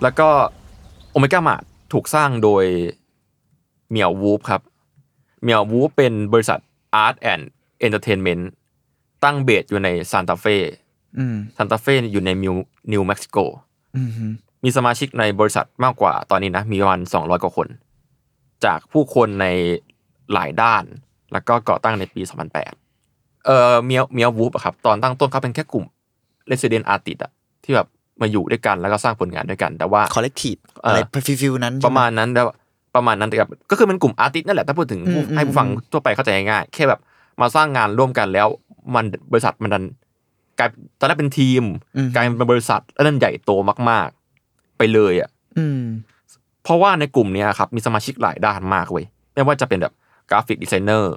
B: แล้วก็โอเมก้ามาถูกสร้างโดยเมียววูฟครับเมียววูฟเป็นบริษัท Art and Entertainment ตั้งเบสอยู่ในซานตาเฟ่
C: อืม
B: ซานตาเฟ่อยู่ในมิวนิวเม็กซิโก
C: อืม
B: มีสมาชิกในบริษัทมากกว่าตอนนี้นะ มีประมาณ200 กว่าคน จากผู้คนในหลายด้าน แล้วก็ก่อตั้งในปี 2008 เอ่อเมียเมียวูฟอะครับ ตอนตั้งต้นเขาเป็นแค่กลุ่ม resident artist อะที่แบบมาอยู่ด้วยกันแล้วก็สร้างผลงานด้วยกัน แต่ว่า
C: คอลเลกทีฟ
B: เอออ
C: อะไรฟิลฟิลนั้นใช่ไห
B: ประมาณนั้นแล้วประมาณนั้นแต่แบบก็คือเป็นกลุ่มอาร์ติสต์นั่นแหละ ถ้าพูดถึง
C: อืม
B: ให้ผู้ฟัง
C: อืม
B: ทั่วไปเข้าใจง่ายๆแค่แบบมาสร้างงานร่วมกันแล้ว มันบริษัทมันดันกลายตอนแรกเป็นทีมกลายเป็นบริษัทแล้วนั่นใหญ่โตมาก ๆ ไปเลยอ่ะ
C: อืม
B: เพราะว่าในกลุ่มเนี้ยครับมีสมาชิกหลายด้านมากเว้ยไม่ว่าจะเป็นแบบกราฟิกดีไซเนอร์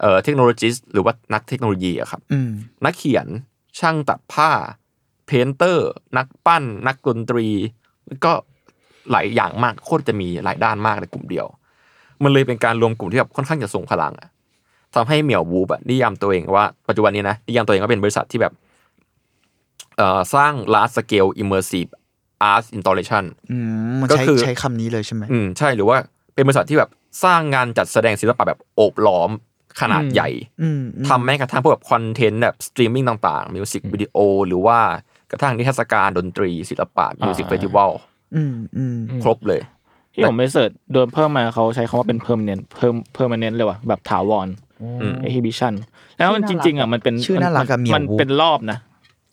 B: เอ่อเทคโนโลยีหรือว่านักเทคโนโลยีอะครับ
C: อืม
B: นักเขียนช่างตัดผ้า เพนเตอร์ นักปั้น นักดนตรีแล้วก็หลายอย่างมากโคตรจะมีหลายด้านมากในกลุ่มเดียว มันเลยเป็นการรวมกลุ่มที่แบบค่อนข้างจะทรงพลังอะทำให้เหมียววูบอะนิยามตัวเองว่าปัจจุบันนี้นะนิยามตัวเองว่าเป็นบริษัทที่แบบเอ่อสร้าง large scale immersive art installation
C: อืมมัน
B: ก็
C: ใช้
B: คือ
C: ใช้คำนี้เลยใช่ไหม
B: อืมใช่หรือว่าเป็นบริษัทที่แบบสร้างงานจัดแสดงศิลปะแบบโอบล้อมขนาด
A: อืม
B: ใหญ่
C: อืมอืม
B: ทำแม้กระทั่งพวกแบบคอนเทนต์แบบสตรีมมิ่งต่างๆมิวสิกวิดีโอหรือว่ากระทั่งนิทรรศการดนตรี ศิลปะมิวสิกเฟสติวัล
C: อืมอืม
B: ครบเลย
A: ที่ผมไปเสิร์ชโดนเพิ่มมาเขาใช้คำว่าเป็นเพิ่มเน้นเพิ่มเพิ่มเน้นเลยว่ะแบบถาวร
B: ม
A: เอฮิบิชันแล้วมันจริงๆอ่ะมันเป็น
C: ชื่อน่ารักอะเหมียว
A: มันเป็นรอบนะ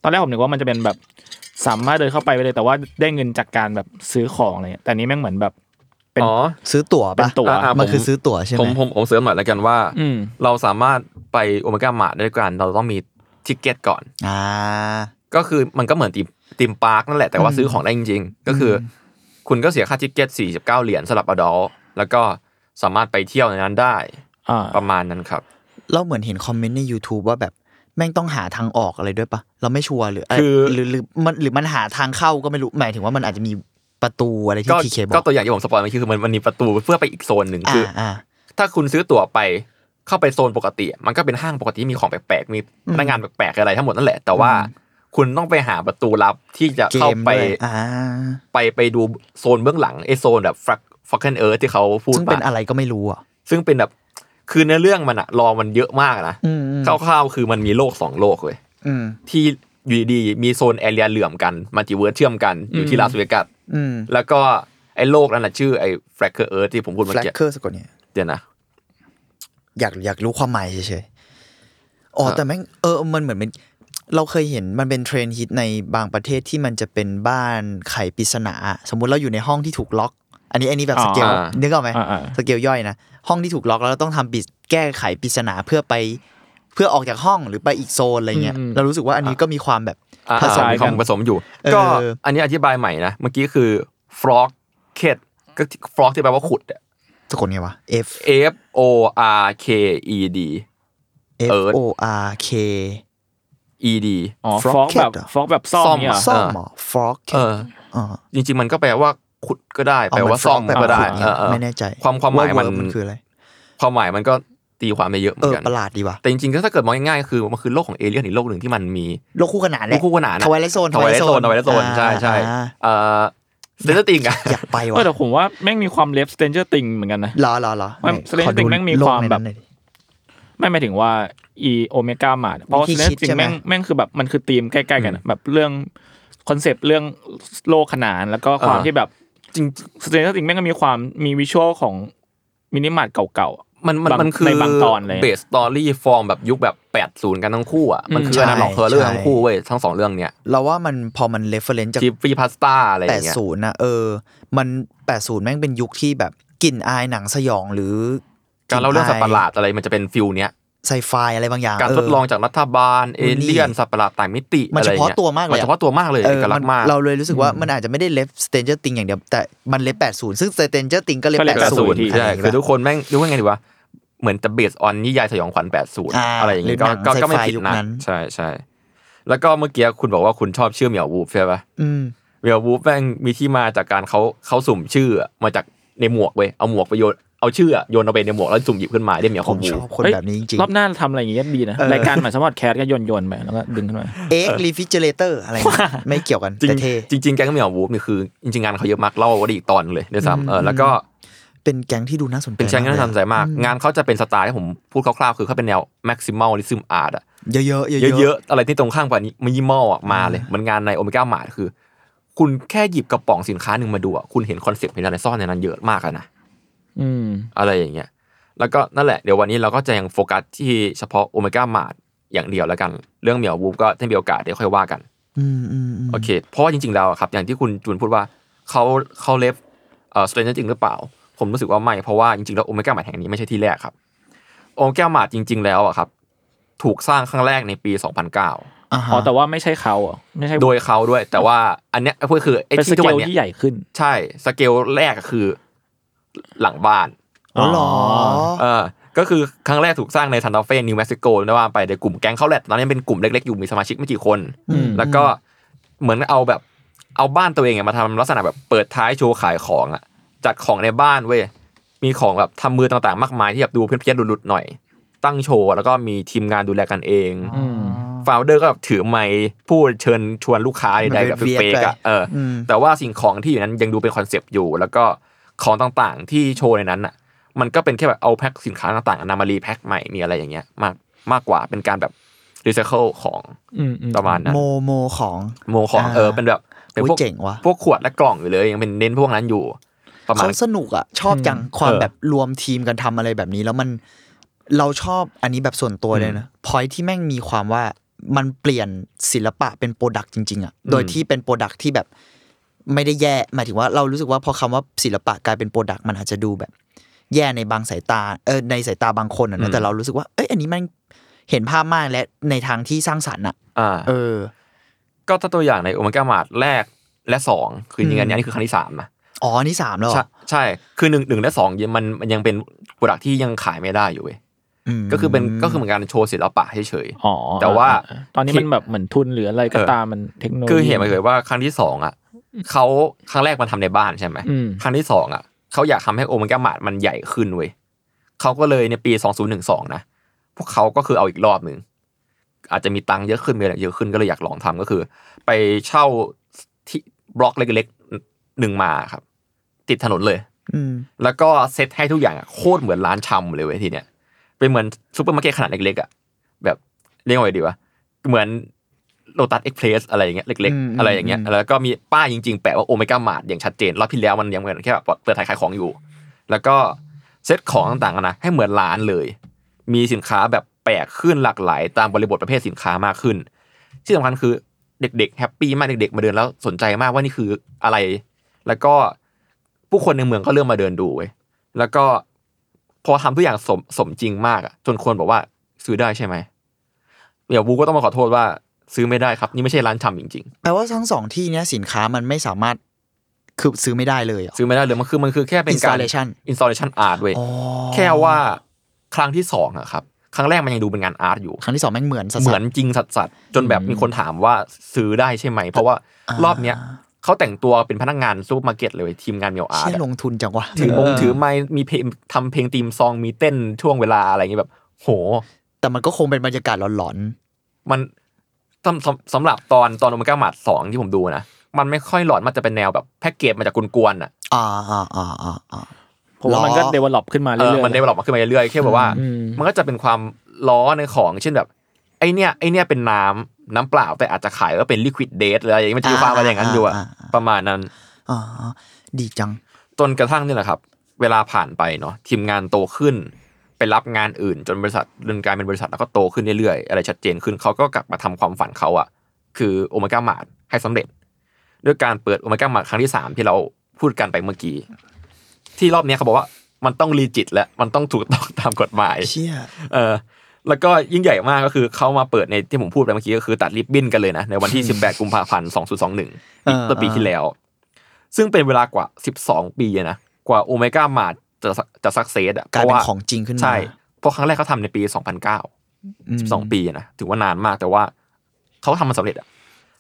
A: ตอนแรกผมนึกว่ามันจะเป็นแบบสามารถเดินเข้าไปไปเลยแต่ว่าได้เงินจากการแบบซื้อของอะไรเงี้ยแต่อันนี้แม่งเหมือนแบบ เป็น
B: อ๋อ
C: ซื้อตั๋ว
A: เป็
C: ปะ
A: นตั๋ว
B: อ่า
C: มันคือซื้อตั๋วใช่ไห
B: ผม
C: ม
B: ผมผมเสริมหน่อยแล้วกันว่า
A: อืม
B: เราสามารถไปโอเมก้ามาได้ด้วยกัน เราต้องมีทิเกตก่อน
C: อ่า
B: ก็คือมันก็เหมือนติมติมปาร์คนั่นแหละแต่ว่าซื้อของได้จริง ๆ ก็คืออคุณก็เสียค่าทิเกต49 เหรียญสำหรับอดอลแล้วก็สามารถไปเที่ยวในนั้นได้
A: อ่า
B: ประมาณนั้นครับ
C: เราเหมือนเห็นคอมเมนต์ใน YouTube ว่าแบบแม่งต้องหาทางออกอะไรด้วยปะเราไม่ชัวร์หรือ
B: คือ
C: หรือหรือมันหรือมันหาทางเข้าก็ไม่รู้หมายถึงว่ามันอาจจะมีประตูอะไรที่
B: ก็
C: ทีเคบ
B: ก็
C: อก
B: ตัวอย่างที่ผมสปอยล์เมันคือมันมันมีประตูเพื่อไปอีกโซนหนึ่ง
C: อ่า
B: คือ
C: อ่า
B: ถ้าคุณซื้อตั๋วไปเข้าไปโซนปกติ มันก็เป็นห้างปกติมีของแปลกๆมีพนักงานแปลกๆอะไรทั้งหมดนั่นแหละ แต่ว่าคุณต้องไปหาประตูลับที่จะ
C: เก
B: เข้าม ไป
C: ด้วยอ่า
B: ไปไปดูโซนเบื้องหลังไอโซนแบบฟักฟักเคนเอิร์ที่เขาพูด
C: ซึ่ง
B: มา
C: เป็นอะไรก็ไม่รู้อ่ะ
B: ซึ่งเป็นแบบ คือในเรื่องมันอะรอมันเยอะมากนะ
C: อืมอืม
B: คร่าวๆคือมันมีโลกสองโลกเว้ย
C: อืม
B: ที่อยู่ดีๆมีโซนแอเรียเหลื่อมกันมัลติเวิร์สเชื่อมกันอยู่ที่ลาสเวกัส
C: อืม
B: แล้วก็ไอ้โลกนั้นน่ะชื่อไอ้แฟลกเกอร์เอิร์ธที่ผมพูด
C: แฟ
B: เมื่อ
C: ลก
B: กี้
C: เกอร์สะกดเนี่ย
B: เดี๋ยวนะ
C: อยากอยากรู้ความหมายเฉยๆ อ๋อ
B: อ่ะ
C: แต่แม่งเออ มันเหมือนเป็นเราเคยเห็นมันเป็นเทรนด์ฮิตในบางประเทศที่มันจะเป็นบ้านไขปริศนา สมมุติเราอยู่ในห้องที่ถูกล็อก อันนี้อันนี้แบบสเกล
B: อ่านึ
C: นึกออกไหม
A: อ่าอ่า
C: สเกลย่อยนะ ห้องที่ถูกล็อกแล้วเราต้องทำปิดแก้ไขปริศนาเพื่อไป เพื่อออกจากห้องหรือไปอีกโซนอะไรเงี้ยเรารู้สึกว่าอันนี้ก็มีความแบบ
B: อ่า
A: ผสม
B: อ่า
A: กั
B: ขอน งผสมอยู่
C: เออ
B: ก็อันนี้อธิบายใหม่นะ เมื่อกี้คือ frog เ e ดก็ฟรอกที่แปลว่าขุดอะ
C: สะกดไงวะ F
B: F O R K E D
C: F
B: เอิร์ธ
C: O R K
B: E D
A: อ๋อ
C: Frog
A: ฟอกแบบ
C: Cat เหรอ
A: ฟอกแบบซ่อม
B: ซ่อม
A: เนี่ยเหรอ
C: ซ่อมเหรอ frog
B: เออ
C: อ๋อ
B: จริง ๆ มันก็แปลว่าขุดก็ได้ แปลว่าซ่อม
C: เมัน frog
B: ก็ได้
C: แบบ
B: เอ
C: ขุดเงี้ย
B: อเออ
C: ไม่แน่ใจ
B: ความความหมายมัน
C: word มันคืออะไร
B: ความหมายมันก็ตีความได้เยอะเหมื
C: เอ
B: อน
C: อ
B: กัน
C: ประหลาดดีว่ะ
B: แต่จริงๆก็ถ้าเกิดมองง่ายๆก็คือมันคือโลกของเอเลี่ยนอีกโลกหนึ่งที่มันมี
C: โลกคู่ขนานแหละ
B: โลกคู่ขนานอะ
C: ทวายไลท์โซน
B: ทวายไลท์โซนทวายไลท์โซนใช่ใช่
C: อ่า
B: เออเซนเตอร์ติงอะ
C: อยากไปว่ะ
A: เออแต่ผมว่าแม่งมีความเลฟสเตนเจอร์ติงเหมือนกันนะ
C: รอรอรอ
A: มัน Stranger Things แม่งมีความแบบ ไม่หมายถึงว่าอีโอเมก้ามาเพราะ
C: วิธี
A: ฉะนั้น
C: คิด
A: จริ
C: ใช่
A: ง
C: ไหม
A: แม่งแม่งคือแบบมันคือธีมใกล้ๆกันอะแบบเรื่องคอนเซปต์เรื่องโลกขนานแล้วก็ความที่แบบ
B: จริง
A: สเตนจริงแม่งก็มีความมีวิชวลของมินิมาร์ทเก่าๆอะ
B: ๆมันมัน
A: บาง
B: มันคือ
A: ในบางตอนเลย
B: เบสสตอรี่ฟอร์มแบบยุคแบบ80กันทั้งคู่อ่ะมันคืออนาล็อกเคอร์เรอร์ทั้งคู่เว้ยทั้งสองเรื่องเนี้ย
C: เราว่ามันพอมันเรฟเฟอร์เรนซ์จาก
B: จีฟรีพาสต้าอะไรอ
C: แปด
B: ย่างเงี้ย
C: ศูนย์นะเออ มันแปดศูนย์แม่งเป็นยุคที่แบบกลิ่นอายหนังสยองหรือ
B: การเล่าเรื่องสัตว์ประหลาดอะไรมันจะเป็นฟิลเนี้ย
C: ไซไฟอะไรบางอย่าง
B: การ
C: เ
B: ทดลองจากรัฐบาลเอเลี่ยน
C: นี่
B: สัตว์ประหลาดต่างมิติ
C: มัน
B: อะไร
C: เฉ
B: งี้ย
C: พาะตัวมาก
B: น
C: เลยอะ
B: เฉพาะตัวมากเลย
C: เอ
B: เอ
C: อก
B: ลักษณ์มาก
C: มันเราเลยรู้สึกว่ามันอาจจะไม่ได้เลฟสเตนเจอร์ติงอย่างเดียวแต่มันเลฟแปดศูนย์ซึ่งสเตนเจอร์ติงก็เลฟ
A: ก็เล
C: แป
A: ฟ
C: ดศูนย์
A: 80
B: ใช่คือทุกคนแม่งรู้ว่าไงดีวะเหมือนจะเบสออนนิยายสยองขวัญ 80
C: อ่า
B: อะไรอย่างเงี้ย
C: หรือหนัง
B: ก็ก็ไม่
C: sci-fi
B: ผิด
C: ยุค
B: นะ
C: นั้น
B: ใช่ใช่แล้วก็เมื่อกี้คุณบอกว่าคุณชอบชื่อเหมียววูฟใช่ปะ
C: อืม
B: เหมียววูฟแม่งมีที่มาจากการเขาเขาสุ่มชื่อมาจากในหมวกเว้ยเอาหมวกไปโยนเอาชื่ออะโยนเอาไปในหมวกแล้วสุ่มหยิบขึ้นมาได้เหมียว
C: ผ
B: ของ
C: ม
B: วู
C: ชอ
B: ฟ
C: บคน
A: เฮ้ย
C: แบบนี้จริง
A: รอบหน้าทำอะไรอย่างเงี้ยดีนะ
C: เออ
A: รายการใหม่สมอดแคสก็โยนโยนๆไปแล้วก็ดึงขึ้นมา
C: เอ็กรีฟิเจเลเตอร์อะไรอย่างเงี้ยไม่เกี่ยวกัน
B: จริ
C: แต่
B: ง
C: เท่
B: จริงจริงๆแก๊งเหมียววูฟนี่คือจริงๆงานเขาเยอะมากเล่าไว้ได้อีกตอนเลยด้วยซ้ำเออแล้วก็
C: เป็นแก๊งที่ดูน่าสนใจ
B: เป็นแชงที่น่าสนใจมาก งานเขาจะเป็นสไตล์ที่ผมพูดคร่าวๆ คือเขาเป็นแนว maximalism art อะ
C: เยอะๆเยอะๆ
B: เยอะๆ อะไรที่ตรงข้ามกว่านี้มินิมอลอะมาเลยเหมือนงานในโอเมก้ามาดคือ คุณแค่หยิบกระป๋องสินค้าหนึ่งมาดูอะคุณเห็นคอนเซ็ปต์เห็นอะไรซ่อนในนั้นเยอะมากอะนะ
A: อืม
B: อะไรอย่างเงี้ยแล้วก็นั่นแหละเดี๋ยววันนี้เราก็จะยังโฟกัสที่เฉพาะโอเมก้ามาดอย่างเดียวแล้วกัน เรื่องเหมียววูฟก็ถ้ามีโอกาสเดี๋ยวค่อยว่ากัน
C: อืมอืมอืม
B: โอเค เพราะว่าจริงๆ แล้วอะครับ อย่างที่คุณจูนพูดว่าเขาเขาเล็บเอ่อสเตรนจ์จริงหรือเปล่า ผมรู้สึกว่าไม่ เพราะว่าจริงๆ แล้วโอเมก้ามาดแห่งนี้ไม่ใช่ที่แรกครับ โอเมก้ามาดจริง ๆ แล้วอะครับ ถูกสร้างครั้งแรกในปี 2009
C: อ่า
A: อ๋อ
C: ฮะ
A: แต่ว่าไม่ใช่เขาอ่ะไม่ใช่
B: โดยเขาด้วย แต่ว่าอันเนี้ยก็คือไอ้
A: เป็นส
B: ที่ทุก
A: เก
B: วัน
A: ล
B: เนี้
A: ที่
B: ย
A: ใหญ่ขึ้น
B: ใช่ สเกลแรกก็คือหลังบ้าน
C: อ๋อเหรอ
B: เออก็คือครั้งแรกถูกสร้างในซันตาเฟ่นิวเม็กซิโกนะว่าไปในกลุ่มแก๊งเขาแหละตอนนั้นเป็นกลุ่มเล็กๆ อยู่มีสมาชิกไม่กี่คน
A: อืม
B: แล้วก็เหมือนเอาแบบเอาบ้านตัวเองอะมาทำลักษณะแบบเปิดท้ายโชว์ขายของอะจัดของในบ้านเว้ยมีของแบบทำมือต่างๆ มากมายที่แบบดูเพี้ยนๆหลุดๆหน่อย ตั้งโชว์แล้วก็มีทีมงานดูแลกันเอง
A: อืม
B: ฟาวเดอร์ก็แบบถือไมค์พูดเชิญชวนลูกค้าใดๆแบบเฟกๆอะเออ
C: อืม
B: แต่ว่าสิ่งของที่อยู่นั้นยังดูเป็นคอนเซปต์อยู่ แล้วก็ของต่างๆที่โชว์ในนั้นอ่ะ มันก็เป็นแค่แบบเอาแพ็คสินค้าต่างๆนำมารีแพ็คใหม่มีอะไรอย่างเงี้ยมากมากกว่าเป็นการแบบรีไซเคิลของ
A: อืมอืม
B: ประมาณนั้น
C: โมโมของ
B: โมของ
C: อ่า
B: เออเป็นแบบเป็น
C: อุ๊ย
B: พวก
C: เจ๋งว่ะ
B: พวกขวดและกล่องอยู่เลยยังเป็นเน้นพวกนั้นอยู่ ประมา
C: เขา
B: ณ
C: สนุกอ่ะ ชอบจังความ
B: เออ
C: แบบรวมทีมกันทำอะไรแบบนี้แล้วมันเราชอบอันนี้แบบส่วนตัวเลยนะพอยที่แม่งมีความว่ามันเปลี่ยนศิลปะเป็นโปรดักจริงๆอ่ะโดยที่เป็นโปรดักที่แบบไม่ได้แย่หมายถึงว่าเรารู้สึกว่าพอคำว่าศิลปะกลายเป็นโปรดักมันอาจจะดูแบบ แย่ในบางสายตาเออในสายตาบางคนอ่ะ
B: อื
C: นะ
B: ม
C: แต่เรารู้สึกว่าเอ้ยอันนี้แมันเห็นภาพมากและในทางที่สร้างสรรค์อ่ะ
B: อ่า
C: เออ
B: ก็ถ้าตัวอย่างในโอเมก้ามาดแรกและสองคือจริงๆอันนี้อันนี้คือครั้งที่สามนะ
C: อ๋อ นี่สามแล้วเหร
B: ใช่
C: อ
B: ใช่คือหนึ่งหนึ่งและสองยังมันมันยังเป็นโปรดักที่ยังขายไม่ได้อยู่เว้ย
C: ม
B: ก็คือเป็นก็คือเหมือนการโชว์ศิลปะเฉยๆ
A: อ๋อ
B: แต่ว่า
A: อ่ตอนนี้มันแบบเหมือนทุนหรืออะไรก็ตามมันเทคโนโลยี
B: คือเห็นมาเลยว่าครั้งที่สองอ่ะเขาครั้งแรกมันทำในบ้านใช่ไหม
A: อืม
B: ครั้งที่สองอ่ะเขาอยากทำให้โอเมก้ามาดมันใหญ่ขึ้นเว้ยเขาก็เลยในปีสองศูนย์หนึ่งสองนะพวกเขาก็คือเอาอีกรอบหนึ่งอาจจะมีตังค์เยอะขึ้นมีอะไรเยอะขึ้นก็เลยอยากลองทำก็คือ ไปเช่าที่บล็อกเล็กๆหนึ่งมาครับ ติดถนนเลย
C: อืม
B: แล้วก็เซตให้ทุกอย่างอะโคตรเหมือนร้านชำเลยเว้ยทีเนี้ย เป็นเหมือนซูเปอร์มาร์เก็ตขนาดเล็กๆอ่ะแบบเรียกว่าไงดีวะเหมือนโ o ตัสเอ็กเพรสอะไรอย่างเงี้ยเล็ก
C: อืม
B: ๆ อะไรอย่างเงี้ย
C: อืม
B: แล้วก็มีป้ายจริงๆ แปะว่าโอเมก้ามาดอย่างชัดเจนรอบที่แล้วมันยังเหมือนแค่แบบเปิดขายขายของอยู่ แล้วก็เซ็ตของต่างๆอะนะให้เหมือนร้านเลย มีสินค้าแบบแปลกขึ้นหลากหลายตามบริบทประเภทสินค้ามากขึ้น ที่สำคัญคือเด็กๆแฮปปี้มากเด็กๆ มาเดินแล้วสนใจมากว่านี่คืออะไร แล้วก็ผู้คนในเมืองก็เริ่มมาเดินดูเว้ยแล้วก็พอทำทุกอย่างสมสมจริงมากอะจนคนบอกว่าซื้อได้ใช่ไหมเดี๋ยวบูก็ต้องมาขอโทษว่าซื้อไม่ได้ครับ นี่ไม่ใช่ร้านชำจริง
C: แปลว่าทั้งสองที่เนี้ยสินค้ามันไม่สามารถคือซื้อไม่ได้เลยเหรอ
B: ๆ ซื้อไม่ได้เลยมันคือมันคือแค่เป็นการ
C: Installation
B: installation art เว้ย
C: อ๋อ
B: แค่ว่าครั้งที่สองอะครับครั้งแรกมันยังดูเป็นงานอาร์ตอยู่
C: ครั้งที่สองแม่งเหมือนสัสๆ
B: เหมือนจริงสัสๆจนแบบมีคนถามว่าซื้อได้ใช่ไหม เพราะว่า
C: อ่าร
B: รอบเนี้ยเขาแต่งตัวเป็นพนักงานซูเปอร์มาร์เก็ตเลยทีมงานเมลอาร์
C: เชี่
B: ต
C: ยลงทุนจังวะ
B: ถือมง
C: เ
B: ถือไม้มีเพลงทำเพลงตีมซองมีเต้นช่วงเวลาอะไรอย่างเงี้ยแบบ โห
C: แต่มันก็คงเป็นบรรยากาศหลอน
B: มันสำสำสำหรับตอนตอนโอเมก้าหมัดสองที่ผมดูนะมันไม่ค่อยหลอนมันจะเป็นแนวแบบแพ็กเกจมาจากกวนๆอ่ะ
C: ๆอ่าอ่าอ่าอ่าอ่า
A: ผมว่ามันก็เดเวล็อปขึ้นมา
B: เอ
A: เรื่
B: อ
A: อยๆ
B: มันได้หลอกมาขึ้นมาเรื่อยๆแค่แบบว่า
A: อืม
B: มันก็จะเป็นความล้อในของเช่นแบบไอเนี้ยไอเนี้ยเป็นน้ำน้ำเปล่าแต่อาจจะขายว่าเป็นลิควิดเดทอะไรอย่างเงี้ยมันจะมีความอะไรอย่างนั้นอยู่อะ
C: อ่าอ่าอ่า
B: ประมาณนั้น
C: อ่าดีจัง
B: จนกระทั่งนี่แหละครับ เวลาผ่านไปเนาะทีมงานโตขึ้น ไปรับงานอื่น จนบริษัทเดินกลายเป็นบริษัทแล้วก็โตขึ้นเรื่อยๆ อะไรชัดเจนขึ้นเขาก็กลับมาทำความฝันเขาอะคือโอเมก้ามาดให้สำเร็จ ด้วยการเปิดโอเมก้ามาดครั้งที่ 3 ที่เราพูดกันไปเมื่อกี้ ที่รอบเนี้ยเขาบอกว่ามันต้องรีจิต และมันต้องถูกต้อง ตามกฎหมาย
C: เชี่ย
B: เออแล้วก็ยิ่งใหญ่มากก็คือเขามาเปิดในที่ผมพูดไปเมื่อกี้ก็คือตัดริบบิ้นกันเลยนะ ในวันที่ 18 กุมภาพันธ์ 2021ปี
C: เออ
B: ต้นปีที่แล้ว ซึ่งเป็นเวลากว่า 12 ปีอะนะกว่าโอเมก้ามาจะจะสักเซสอ่ะ
C: กลายเป็นของจริงขึ้นมา
B: ใช่เพราะครั้งแรกเขาทำในปี 2009
C: ม
B: 12 ปีอะนะถือว่านานมากแต่ว่าเขาทำมันสำเร็จอ่ะ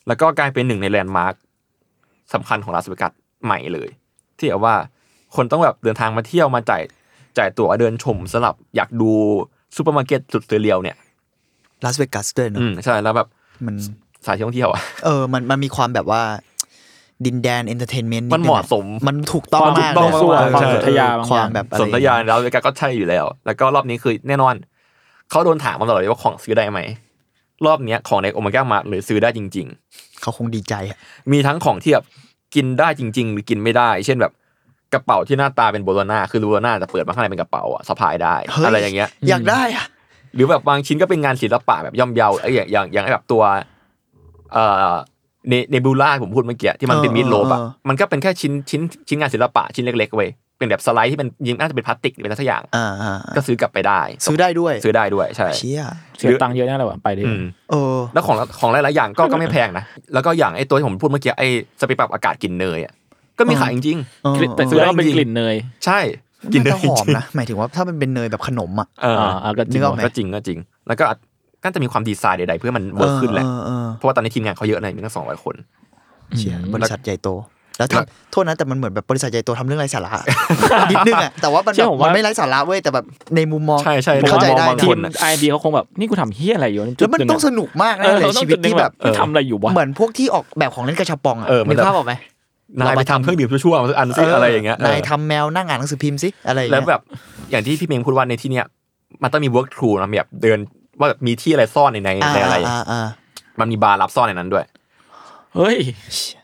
B: แล้วก็กลายเป็นหนึ่งในแลนด์มาร์คสำคัญของลาสเวกัสใหม่เลย ที่แบบว่าคนต้องแบบเดินทางมาเที่ยวมาจ่ายจ่ายตั๋วเดินชมสำหรับอยากดูซูเปอร์มาร์เก็ตสุดเรียวเนี่ย
C: ลาสเวกัสด้วยเนอะ
B: อืมใช่แล้วแบบ
C: มัน
B: สายท่องเที่ยวอ่ะ
C: เออ มัน มันมีความแบบว่า ดินแดนเอนเตอร์เทนเมนต์
B: มันเหมาะสม
C: มันถูกต้อง
A: ความถู
C: มาก
A: กต้อง
C: เลย
A: ส่วน
C: เออ
A: ความสุทยาบางอย่าง
C: ความแบบอะไร
B: สนธยาแล้วเวกาก็ใช่อยู่แล้ว แล้วก็รอบนี้คือแน่นอน เขาโดนถามมาตลอดเลยว่าของซื้อได้ไหม รอบเนี้ยของในโอเมก้ามาหรือซื้อได้จริง
C: เขาคงดีใจอะ
B: ๆ มีทั้งของที่แบบกินได้จริง ๆ หรือกินไม่ได้ เช่นแบบกระเป๋าที่หน้าตาเป็นโบโลนาคือโบโลนาแต่เปิดมาข้างในเป็นกระเป๋าอะสะพายได้
C: เฮ้
B: อะไรอย่างเงี้ย
C: อยากได้อะ
B: หรือแบบบางชิ้นก็เป็นงานศิลปะแบบย่อมเยาไอ้ยอย่างอย่างอย่างไอ้แบบตัวเอ่อเนเนบูล่าผมพูดเมื่อกี้ที่มันเป็นมีดโลบอ่ะมันก็เป็นแค่ชิ้นชิ้นชิ้นงานศิลปะชิ้นเล็กๆเว้ยเป็นแบบสไลด์ที่เป็นยิงน่าจะเป็นพลาสติกหรือเป็นอะไรสักอย่าง
C: อ่าอ่าอ่า
B: ก็ซื้อกลับไปได้
C: ซื้อได้ด้วย
B: ซื้อได้ด้วยใช่
C: เชี่ย
A: เสียตังค์เยอะแน่เลยว่ะไปดิ
B: อืม
C: เออ
B: แล้วของของหลายๆอย่างก็ก็ไม่แพงนะแล้วก็อย่างไอ้ตัวที่ผมพูดเมื่อกี้ไอ้สเปรย์ปรับอากาศกลิ่นเนยอ่ะก็มีขายจริง
C: เออ
A: แต่
C: เออ
A: ซื้อแล้วมันเป็น
B: จริง
A: กลิ่นเนย
B: ๆใช่
C: มัน
B: กลิ่นเนย
C: จะหอม
B: จริง
C: นะหมายถึงว่าถ้ามันเป็นเนยแบบขนมอ่ะ
B: เอออ
A: อ่าก็จ
C: นึ
A: ริง
C: กออกไหม
B: ก็จริงก็จริง แล้วก็ก็จะมีความดีไซน์ใดๆเพื่อมันเวิร์กขึ้นแหละ
C: เออเออ
B: เพราะว่าตอนนี้ทีมงานเขาเยอะนะมีตั้งสองร้อยคน
C: เชี่ยบริษัทใหญ่โต แล้วทำโทษนะแต่มันเหมือนแบบบริษัทใหญ่โตทำเรื่องไร้ สาระ นิดนึงอ่ะแต่ว่ามัน
A: เชื่
C: แบ
A: อบ ผม
C: มัน
A: ว่า
C: ไม่ไร้สาระเว้ยแต่แบบในมุมมอง
B: ใช่ใช่
C: ผมเข้าใจ
B: ในมุมมอง
C: ได้นะ
A: ที
B: ค
A: ม
B: น น่ะ
A: ไอเดียเขาคงแบบนี่กูทำเฮี้ยอะไรอยู่จุ
C: แล้
A: ด
C: วมัน
A: หะ
C: ต้องสนุกมาก
A: เอ
C: นะ
A: อ
C: ใน
A: เราต้อง
C: ชีวิตที่แบบ
A: จุดหนึ่งแบบเออทำอะไรอยู่วะ
C: เหมือนพวกที่ออกแบบของเล่นกระชับปองอ่ะ
B: เออมัน
C: นึก
B: แบบ
C: ภาพออกไหม
B: นายไปทำเครื่องดื่มชั่วๆมาสักอันซิอะไรอย่างเงี้ย
C: นาย
B: เออ
C: ทำแมวนั่งอ่านหนังสือพิมพ์สิอะไรอย่าง
B: แล้ว
C: เงี้ย
B: แบบอย่างที่พี่เมงพูดว่าในที่เนี้ยมันต้องมี work through นะแบบเดินว่าแบบมีที่อะไรซ่อนในในในอะไร
C: อ่าอ่าอ่า
B: มันมีบาร์รับซ่อนในนั้นด้วย
A: เฮ้ย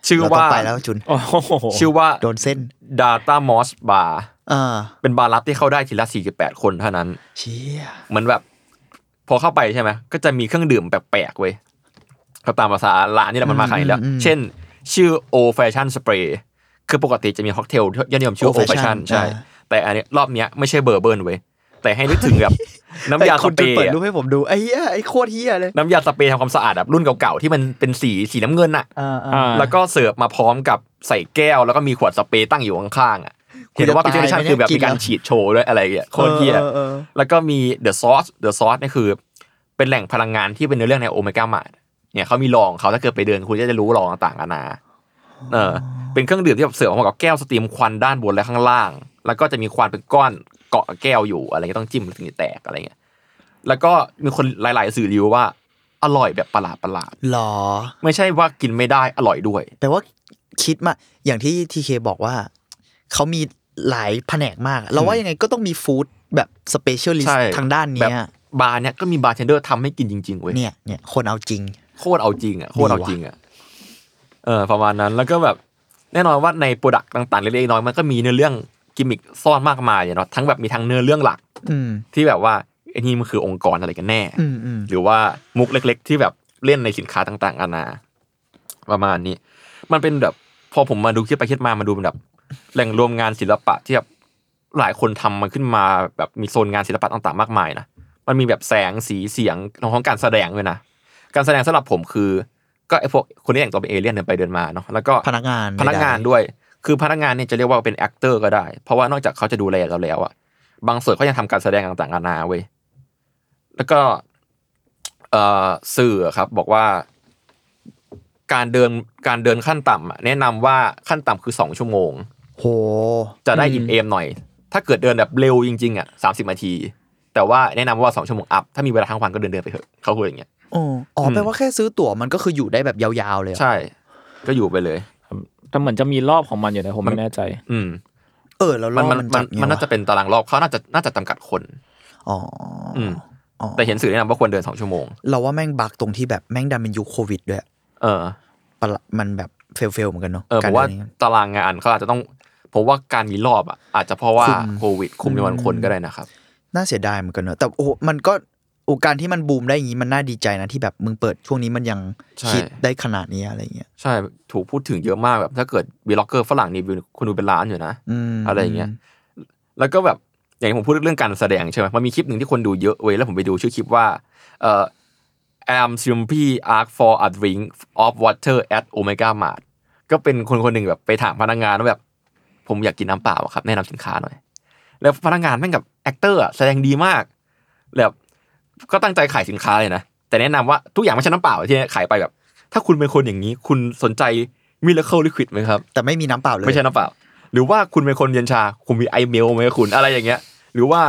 B: ชื่อ
C: เราต้
B: ว่า
C: องไปแล้วจุน
A: โอ้โห
B: ชื่อว่า
C: โดนเส้น
B: Data Moss Bar
C: เออ
B: เป็นบาร์รับที่เข้าได้ทีละ 48 คนเท่านั้น
C: เชี่ย
B: เหมือนแบบ พอเข้าไปใช่ไหมก็จะมีเครื่องดื่มแปลกๆเว้ยก็ตามภาษาร้านนี่แหละมันมาขายแล้ว เช่น ชื่อ Old Fashion Spray คือปกติจะมีค็อกเทลยอดนิยมชื่อ Old Fashion ใช่ แต่อันนี้รอบเนี้ยไม่ใช่เบอร์เบิร์นเว้ยแต่ให้นึกถึงแบบ น้ำยา
C: ไอ้
B: ส
C: คุณ
B: เป
C: จุ
B: ร
C: น
B: ย์
C: เปิดรูป
B: อะ
C: ให้ผมดูไอ้เหี้ยไอ้โคตรเฮียเลย
B: น้ำยาสเปรย์ทำความสะอาดแบบรุ่นเก่าๆ ที่มันเป็นสีสีน้ำเงินอะ
C: อ่าอ่า
A: อ่า
B: แล้วก็เสิร์ฟมาพร้อมกับใส่แก้ว แล้วก็มีขวดสเปรย์ตั้งอยู่ข้างๆอะ
C: คุณ
B: เห็น
C: จะ
B: ว่าพิ
C: ตายไหม
B: จารณา
C: เนี่ย
B: คือแบบ
C: กิน
B: มีการ
C: แล้ว
B: ฉีดโชว์ด้วยอะไรอย่างเงี้ยโคตรเฮีย
C: ออออเออ
B: แล้วก็มี The Source The Source เนี่ยคือ เป็นแหล่งพลังงานที่เป็นเนื้อเรื่องในโอเมก้ามาเนี่ยเขามีลองเขาถ้าเกิดไปเดินคุณก็จะรู้ลองต่างๆนานาเออ เป็นเครื่องดื่มที่แบบเสิร์ฟออกมากับแก้วสตรีมควันด้านบนและข้างล่าง แล้วก็จะมีควันเป็นก้อนเกาะกับแก้วอยู่อะไรเงี้ยต้องจิ้มถึงจะแตกอะไรเงี้ยแล้วก็มีคนหลาย ๆ สื่อรีวิวว่า อร่อยแบบประหลาดประหลาด
C: หรอ
B: ๆไม่ใช่ว่ากินไม่ได้อร่อยด้วย
C: แต่ว่าคิดมาอย่างที่ทีเคบอกว่า เขามีหลายแผนกมาก เราว่ายังไงก็ต้องมีฟู้ด แบบสเปเชียลิส
B: ใช่
C: ต์ทางด้าน
B: แบบ
C: เนี้ย
B: บาร์เนี่ยก็มีบาร์เทนเดอร์ทำให้กินจริงๆเว้ย
C: เนี่ยเนี่ยคนเอาจริง
B: โคตรเอาจริงอ่ะโคตรเอาจริงอ่ะเออประมาณนั้นแล้วก็แบบแน่นอนว่าในโปรดักต์ต่างๆเล็กๆน้อยๆมันก็มีเนื้อเรื่องกิมมิคซ่อนมากมายอะเนาะทั้งแบบมีทั้งเนื้อเรื่องหลัก
C: อืม
B: ที่แบบว่าไอ้นี่มันคือองค์กรอะไรกันแน่
C: อืมอืม
B: หรือว่ามุกเล็กๆ ที่แบบเล่นในสินค้าต่างๆนานาประมาณนี้ มันเป็นแบบพอผมมาดูคิดไปคิดมามาดูเป็นแบบแหล่งรวมงานศิลปะที่แบบหลายคนทำมันขึ้นมาแบบมีโซนงานศิลปะต่างๆ มากมายนะมันมีแบบแสงสีเสียงของการแสดงด้วยนะการแสดงสำหรับผมคือ ก็ไอ้พวกคนที่แต่งตัวเป็นเอเลี่ยนเดินไปเดินมาเนาะแล้วก็
C: พนักงาน
B: พนักงาน
C: ใด
B: ด้วย คือพนักงานเนี่ยจะเรียกว่าเป็น actor ก็ได้ เพราะว่านอกจากเขาจะดูแลเราแล้วอะบางส่วนเขายังทำการแสดงต่างๆนานาเว้ย แล้วก็เอ่อสื่อครับ บอกว่า การเดินการเดินขั้นต่ำอะแนะนำว่าขั้นต่ำคือสองชั่วโมง
C: ๆโห
B: จะได้อิ่มเอมหน่อย ถ้าเกิดเดินแบบเร็วจริงๆอะสามสิบนาที แต่ว่าแนะนำว่าสองชั่วโมงอัพ ถ้ามีเวลาทั้งวันก็เดินเดินๆไปเถอะเขาพูดอย่างเงี้ย
C: อ๋ออ๋อ
B: อืม
C: แปลว่าแค่ซื้อตั๋วมันก็คืออยู่ได้แบบยาวๆเลยเหรอ
B: ใช่ ก็อยู่ไปเลย
A: แต่เหมือนจะมีรอบของมันอยู่นะผม
B: มั
A: ไม่
B: น
A: แน่ใจ
B: อืม
C: เออแล้วร
B: มั
C: อน บ
B: มัน
C: มัน
B: มัน
C: จัดไงว
B: มันน่าจะเป็นตารางรอบเขาน่าจะน่าจะจำกัดคน
C: อ๋ออ
B: อืม
C: อ๋อ
B: แต่เห็นสื่อแนะนำว่าควรเดินสองชั่วโมง
C: เราว่าแม่งบักตรงที่แบบแม่งดันเป็นยุคโควิดด้วย
B: เออ
C: ปะละมันแบบเฟลเฟลเหมือนกันเนาะ
B: เออ
C: ก
B: ผ
C: ร
B: มว่า
C: ดิน
B: ตารางงานเขาอาจจะต้อง ผมว่าการมีรอบอ่ะ อาจจะเพราะว่าโควิด คุมจำนวนคนก็ได้นะครับ
C: น่าเสียดายเหมือนกันเนอะแต่โอ้โหมันก็โอการที่มันบูมได้อย่างนี้มันน่าดีใจนะที่แบบมึงเปิดช่วงนี้มันยัง
B: ใช่
C: คิดได้ขนาดนี้อะไรเงี้ย
B: ใช่ ถูกพูดถึงเยอะมากแบบ ถ้าเกิดวีล็อกเกอร์ฝรั่งนี่วิวคนดูเป็นล้านอยู่นะ
C: อืม
B: อะไรอย่างเงี้ย แล้วก็แบบอย่างที่ผมพูดเรื่องการแสดงใช่ไหมมันมีคลิปหนึ่งที่คนดูเยอะเว้ยแล้วผมไปดูชื่อคลิปว่าเอ่อ I'm simply ask for a drink of water at Omega Mart ก็เป็นคนคนหนึ่งแบบไปถามพนักงานว่าแบบ ผมอยากกินน้ำเปล่าอะครับ แนะนำสินค้าหน่อย แล้วพนักงานแม่งกับ แอคเตอร์แสดงดีมากแบบก็ตั้งใจขายสินค้าเลยนะ แต่แนะนำว่าทุกอย่างไม่ใช่น้ำเปล่าที่ขายไปแบบ ถ้าคุณเป็นคนอย่างนี้ คุณสนใจมิลเคิลลิควิดไหมครับ
C: แต่ไม่มีน้ำเปล่าเลย
B: ไม่ใช่น้ำเปล่า หรือว่าคุณเป็นคนเย็นชา คุณมีไอเมลไหมคุณอะไรอย่างเงี้ย หรือว่า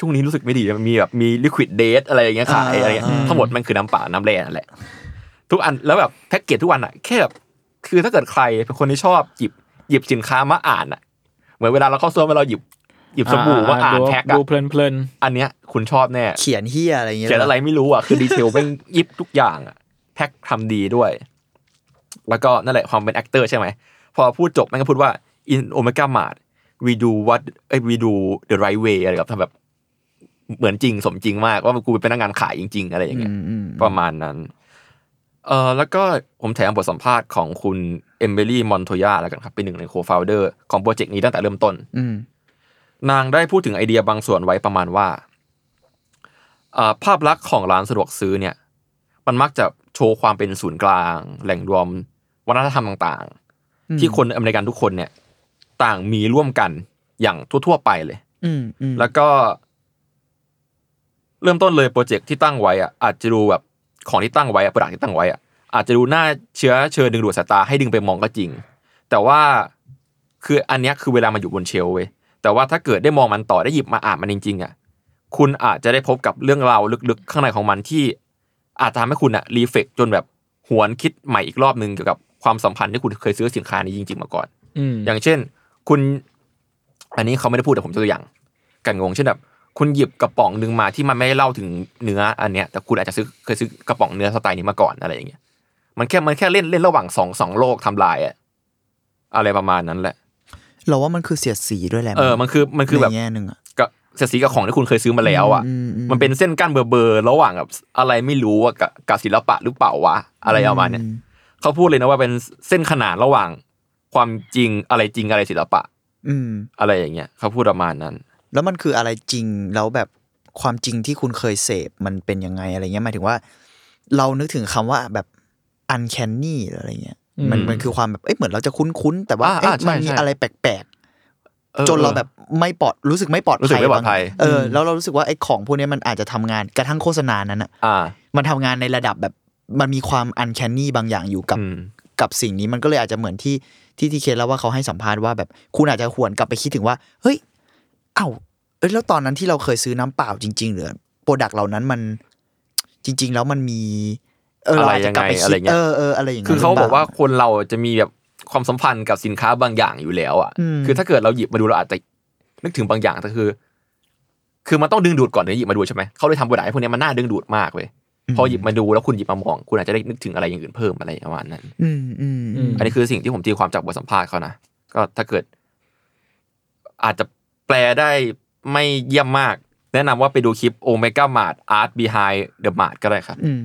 B: ช่วงนี้รู้สึกไม่ดีมีแบบมีลิควิดเดทอะไรอย่างเงี้ยขายอะไรเงี้ยทั้งหมดมันคือน้ำเปล่าน้ำแร่นั่นแหละ ทุกอันแล้วแบบแพ็กเกจทุกวันอ่ะแค่แบบคือถ้าเกิดใครเป็นคนที่ชอบหยิบหยิบสินค้ามาอ่านอ่ะ เหมือนเวลาเราเข้าซื้อมาเราหยิบหยิบสบู่มาอ่าน
A: ดู
B: แพ็กอ่ะ
A: ดูเพลิน
B: อันเนี้ยคุณชอบแน่
C: เขียนเฮียอะไรเงี้ย
B: เขียนอะไรไม่รู้อ่ะคือดีเทลเป็นยิบทุกอย่างอ่ะแพ็กทำดีด้วย แล้วก็นั่นแหละความเป็น actor ใช่ไหม พอพูดจบมันก็พูดว่า in omega mart we do what เอ้ย we do the right way อะไรแบบทำแบบเหมือนจริงสมจริงมาก ว่ากูเป็นพนักงานขายจริง ๆ อะไรอย่างเงี้ย
C: อืมอืม
B: ประมาณนั้น เออแล้วก็ผมแถมบทสัมภาษณ์ของคุณเอมเบลี่มอนโทยาแล้วกันครับ เป็นหนึ่งในโคฟาวเดอร์ของโปรเจกต์นี้ตั้งแต่เริ่มต้น
C: อืม
B: นางได้พูดถึงไอเดียบางส่วนไว้ประมาณว่าเอ่อภาพลักษณ์ของร้านสะดวกซื้อเนี่ย มันมักจะโชว์ความเป็นศูนย์กลาง แหล่งรวมวัฒนธรรมต่างๆ ที่คนอเมริกันทุกคนเนี่ย ต่างมีร่วมกันอย่างทั่วๆไปเลย
C: อืมอืม
B: แล้วก็ เริ่มต้นเลยโปรเจกต์ที่ตั้งไว้อะอาจจะดูแบบของที่ตั้งไว้อะโปรดักที่ตั้งไว้อะอาจจะดูน่าเชื้อเชิญดึงดูดสายตาให้ดึงไปมองก็จริง แต่ว่าคืออันเนี้ยคือเวลามันอยู่บนเชลฟ์เว้ยแต่ว่าถ้าเกิดได้มองมันต่อได้หยิบมาอ่านมันจริงๆอะคุณอาจจะได้พบกับเรื่องราวลึกๆ ข้างในของมันที่ อาจจะทำให้คุณอะรีเฟกจนแบบหวนคิดใหม่อีกรอบนึงเกี่ยวกับความสัมพันธ์ที่คุณเคยซื้อสินค้านี้จริง ๆ มาก่อน
A: ๆอืม
B: อย่างเช่น คุณ อันนี้เขาไม่ได้พูดแต่ผมยกตัวอย่างกันงงเช่นแบบคุณหยิบกระป๋องหนึ่งมาที่มันไม่ได้เล่าถึงเนื้ออันเนี้ยแต่คุณอาจจะซื้อเคยซื้อกระป๋องเนื้อสไตล์นี้มาก่อนอะไรอย่างเงี้ยมันแค่มันแค่เล่นเล่นระหว่างสองสองโลกไทำลายอะอะไรประมาณนั้นแหละ
C: เราว่ามันคือเสียดสีด้วยแหละ
B: เออมันคือมันคือแบบ
C: ในแง่หนึ่งอ่ะ
B: กับเสียดสีกับของที่คุณเคยซื้อมาแล้วอ่ะ
C: อืมอืม
B: มันเป็นเส้นกั้นเบอร์เบอร์ๆระหว่างแบบอะไรไม่รู้อะกับกับศิลปะหรือเปล่าวะอะไรประมาณเนี้ย เขาพูดเลยนะว่าเป็นเส้นขนานระหว่างความจริงอะไรจริงอะไรศิลปะ
C: อืม
B: อะไรอย่างเงี้ยเขาพูดประมาณนั้น
C: แล้วมันคืออะไรจริงแล้วแบบความจริงที่คุณเคยเสพมันเป็นยังไงอะไรเงี้ยหมายถึงว่า เรานึกถึงคำว่าแบบ uncanny หรืออะไรเงี้ยมันมันคือความแบบเอ้ยเหมือนเราจะคุ้นๆ แต่ว่า
B: อ่า
C: เอ้ย
B: อ่าใช่
C: มันมี
B: ใช่
C: อะไรแปลก
B: ออ
C: ๆ จนเราแบบไม่ปลอดรู้สึกไม่ปลอด
B: รู้สึก
C: ภัย
B: ไม่ปลอดภัย
C: บางเออแล้วเรารู้สึกว่าไอ้ของพวกเนี้ยมันอาจจะทำงานกระทั่งโฆษณานั้นอ่ะ
B: อ่า
C: มันทำงานในระดับแบบมันมีความ uncanny บางอย่างอยู่กับ
B: อืม
C: กับสิ่งนี้มันก็เลยอาจจะเหมือนที่ที่ทีเคแล้วว่าเขาให้สัมภาษณ์ว่าแบบคุณอาจจะหวนกลับไปคิดถึงว่าเฮ้ย เอ้าเอ้ยแล้วตอนนั้นที่เราเคยซื้อน้ำเปล่าจริง ๆ หรือโปรดักเหล่านั้นมันจริง ๆ แล้วมันมีเออเราอาจจะกลับไปคิด
B: อะไรยังไงอะไรเงี้ย
C: เออเอออะไรอย่างเงี้ย
B: คือเขาบอกว่าคนเราจะมีแบบความสัมพันธ์กับสินค้าบางอย่างอยู่แล้วอ่ะ
C: อืม
B: คือถ้าเกิดเราหยิบมาดูเราอาจจะนึกถึงบางอย่างแต่คือ คือมันต้องดึงดูดก่อนถึงจะหยิบมาดูใช่ไหมเขาเลยทำบทไหนพวกเนี้ยมันน่าดึงดูดมากเว้ยพอหยิบมาดูแล้วคุณหยิบมามอง คุณอาจจะได้นึกถึงอะไรอย่างอื่นเพิ่มอะไรประมาณนั้น
C: อืมอืมอืม
B: อันนี้คือสิ่งที่ผมตีความจากบทสัมภาษณ์เขานะ ก็ถ้าเกิด อาจจะแปลได้ไม่เยี่ยมมาก แนะนำว่าไปดูคลิปโอเมก้ามาดอาร์ตบีไฮเดอะมาดก็ได้ครับ
C: อืม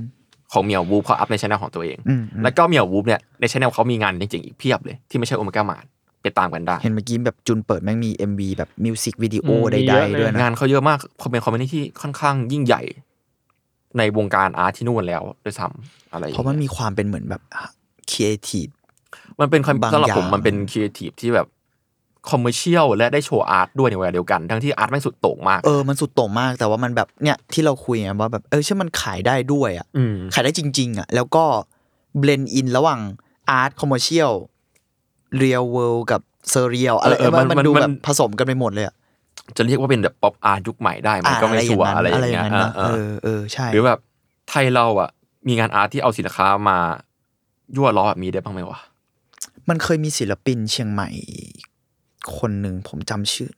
B: ของเหมียววูฟเขาอัพในช่องของตัวเอง
C: อืมอืม
B: แล้วก็เหมียววูฟเนี่ยในช่องเขามีงานจริงๆ อีกเพียบเลย ที่ไม่ใช่โอเมก้ามาดไปตามกันได้
C: เห็นเมื่อกี้แบบจุนเปิดแม่งมี MV แบบมิวสิกวิดีโอ
A: อืม
C: ใ
A: มีเย
C: ด
A: อะเลย
C: ๆด้วยนะ
B: งานเขาเยอะมากเขาเป็นคอมเมนต์ที่ค่อนข้างยิ่งใหญ่ ในวงการอาร์ตที่นู่นแล้วด้วยซ้ำอะไรอย่ง
C: เพ
B: งี้ย
C: ราะมันมีความเป็นเหมือนแบบครีเอทีฟ
B: มันเป็นความ
C: บาง
B: สำหรับผม
C: อย่าง
B: มันเป็นครีเอทีฟที่แบบคอมเมอรเชียลและได้โชว์อาร์ตด้วยในเวลาเดียวกัน ทั้งที่อาร์ตแม่งสุดโต่งมาก
C: เออ มันสุดโต่งมาก แต่ว่ามันแบบ เนี่ย ที่เราคุยไงว่าแบบ เออใช่มันขายได้ด้วยอ่ะ
B: อืม
C: ขายได้จริง ๆ อ่ะ แล้วก็เบลนด์อินระหว่างอาร์ตคอมเมอร์เชียลเรียลเวิลกับเซเรียลอะไรเออมันมันดูแบบผสมกันไปหมดเลยอ่ะ
B: จะเรียกว่าเป็นแบบป๊อปอาร์ตยุคใหม่ได้มันก็ไม่ชัวร์อะไร
C: อะไรอ
B: อา
C: ย่ย่างง
B: เงี้
C: นั้
B: ย
C: นนะ
B: เอ
C: เอ
B: อ
C: อเออใช่
B: หรือแบบไทยเราอ่ะ มีงานอาร์ตที่เอาสินค้ามายั่วล้อแบบนี้ได้บ้างไหมวะ
C: มันเคยมีศิลปินเชียงใหม่ คนหนึ่งผมจำชื่อ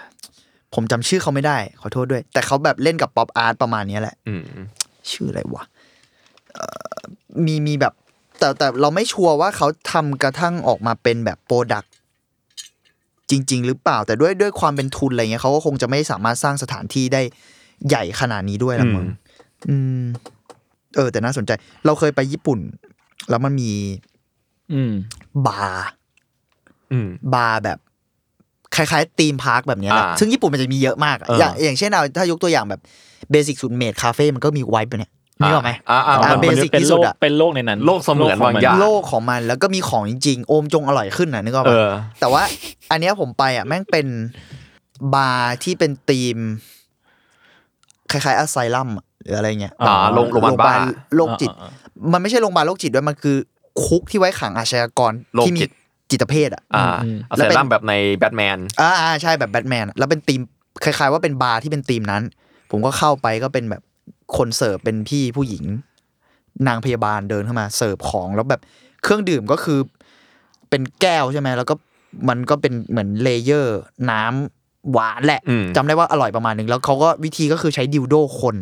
C: ผมจำชื่อเขาไม่ได้ ขอโทษด้วย แต่เขาแบบเล่นกับป๊อปอาร์ตประมาณเนี้ยแหละ
B: อืม
C: ชื่ออะไรวะเอ่อมีมีแบบ แต่แต่เราไม่ชัวร์ว่าเขาทำกระทั่งออกมาเป็นแบบโปรดักจริง ๆ หรือเปล่า แต่ด้วยด้วยความเป็นทุนอะไรเงี้ยเขาก็คงจะไม่สามารถสร้างสถานที่ได้ใหญ่ขนาดนี้ด้วยละมึง
B: อืม
C: อืม เออ แต่น่าสนใจ เราเคยไปญี่ปุ่น แล้วมันมี
A: อืม
C: บาร์
B: อืม
C: บาร์แบบ คล้ายๆธีมพาร์คแบบเนี้ยแหละ
B: อ่า
C: ซึ่งญี่ปุ่นมันจะมีเยอะมากอะ
B: เอออ
C: ย่างอย่างเช่นเอาถ้ายกตัวอย่างแบบเบสิกสุดเมดคาเฟ่มันก็มีไวท์ไปเนี่ยนึกออกไหม
B: อ่าอ่า
C: ต
B: อ่า
C: ม
A: มัน
C: basic
A: เป็นโล
C: ที่สุ
A: ก
C: ดอะ
A: เป็นโลกในนั้น
B: โลกเสมือนบางอย่าง
C: โลกของมันแล้วก็มีของจริงๆ โอมจงอร่อยขึ้นนะนึกออก
B: เอ
C: ปะ
B: อ
C: แต่ว่าอันเนี้ยผมไปอ่ะแม่งเป็นบาร์ที่เป็นธีม คล้ายๆอาไซลัมอะหรืออะไรเงี้ย
B: อ่าโรงโรงพยาบาลบ้า
C: โรคจิต มันไม่ใช่โรงพยาบาลโรคจิตด้วยมันคือ คุกที่ไว้ขังอาชญากร
B: โรคจิต
C: ที่มีจิตเภทอ่ะ
B: อ่า
A: อืม
B: เอา
C: แล้ว
B: เซ
C: เป็น
B: รั่มแบบในแบทแมน
C: อ่าอ่าใช่แบบแบทแมนแล้วเป็นธีมคล้าย ๆ ว่าเป็นบาร์ที่เป็นธีมนั้น ผมก็เข้าไปก็เป็นแบบคนเสิร์ฟเป็นพี่ผู้หญิง นางพยาบาลเดินเข้ามาเสิร์ฟของแล้วแบบเครื่องดื่มก็คือเป็นแก้วใช่ไหมแล้วก็มันก็เป็นเหมือนเลเยอร์ น้ำหวานแหละ
B: อืม
C: จำได้ว่าอร่อยประมาณนึงแล้วเขาก็วิธีก็คือใช้ดิวโดคน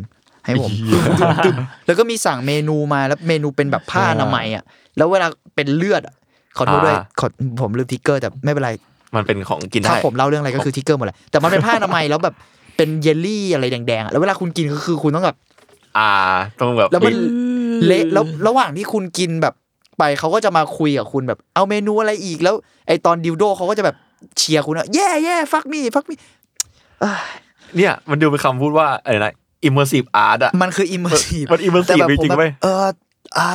C: ให้ผมตึ๊บๆแล้วก็มีสั่งเมนูมาแล้วเมนูเป็นแบบผ้าอนามัยอ่ะแล้วเวลาเป็นเลือดอะขอโทษด้วยขอผมลืมทิกเกอร์แต่ไม่เป็นไร
B: มันเป็นของกิน
C: ถ้า
B: ได้
C: ผมเล่าเรื่องอะไรก็คือทิกเกอร์หมดแหละแต่มันเป็นผ้าอนามัยแล้วแบบ เป็นเยลลี่อะไรแดงๆอะแล้วเวลาคุณกินก็คือคุณต้องแบบ
B: อ่าต้องแบบ
C: แล้วมันเละแล้วระหว่างที่คุณกินแบบไปเขาก็จะมาคุยกับคุณแบบ เอาเมนูอะไรอีกแล้ว ไอตอนดิวโดเขาก็จะแบบเชียร์คุณอะแย่แย่ฟักมีฟักมี
B: เนี่ยมันดูเป็นคำพูดว่าอะไรนะ immersive art อะ
C: มันคืออิมเมอร์ซีฟ
B: มัน immersive จริงๆเว้ย
C: เอออ่า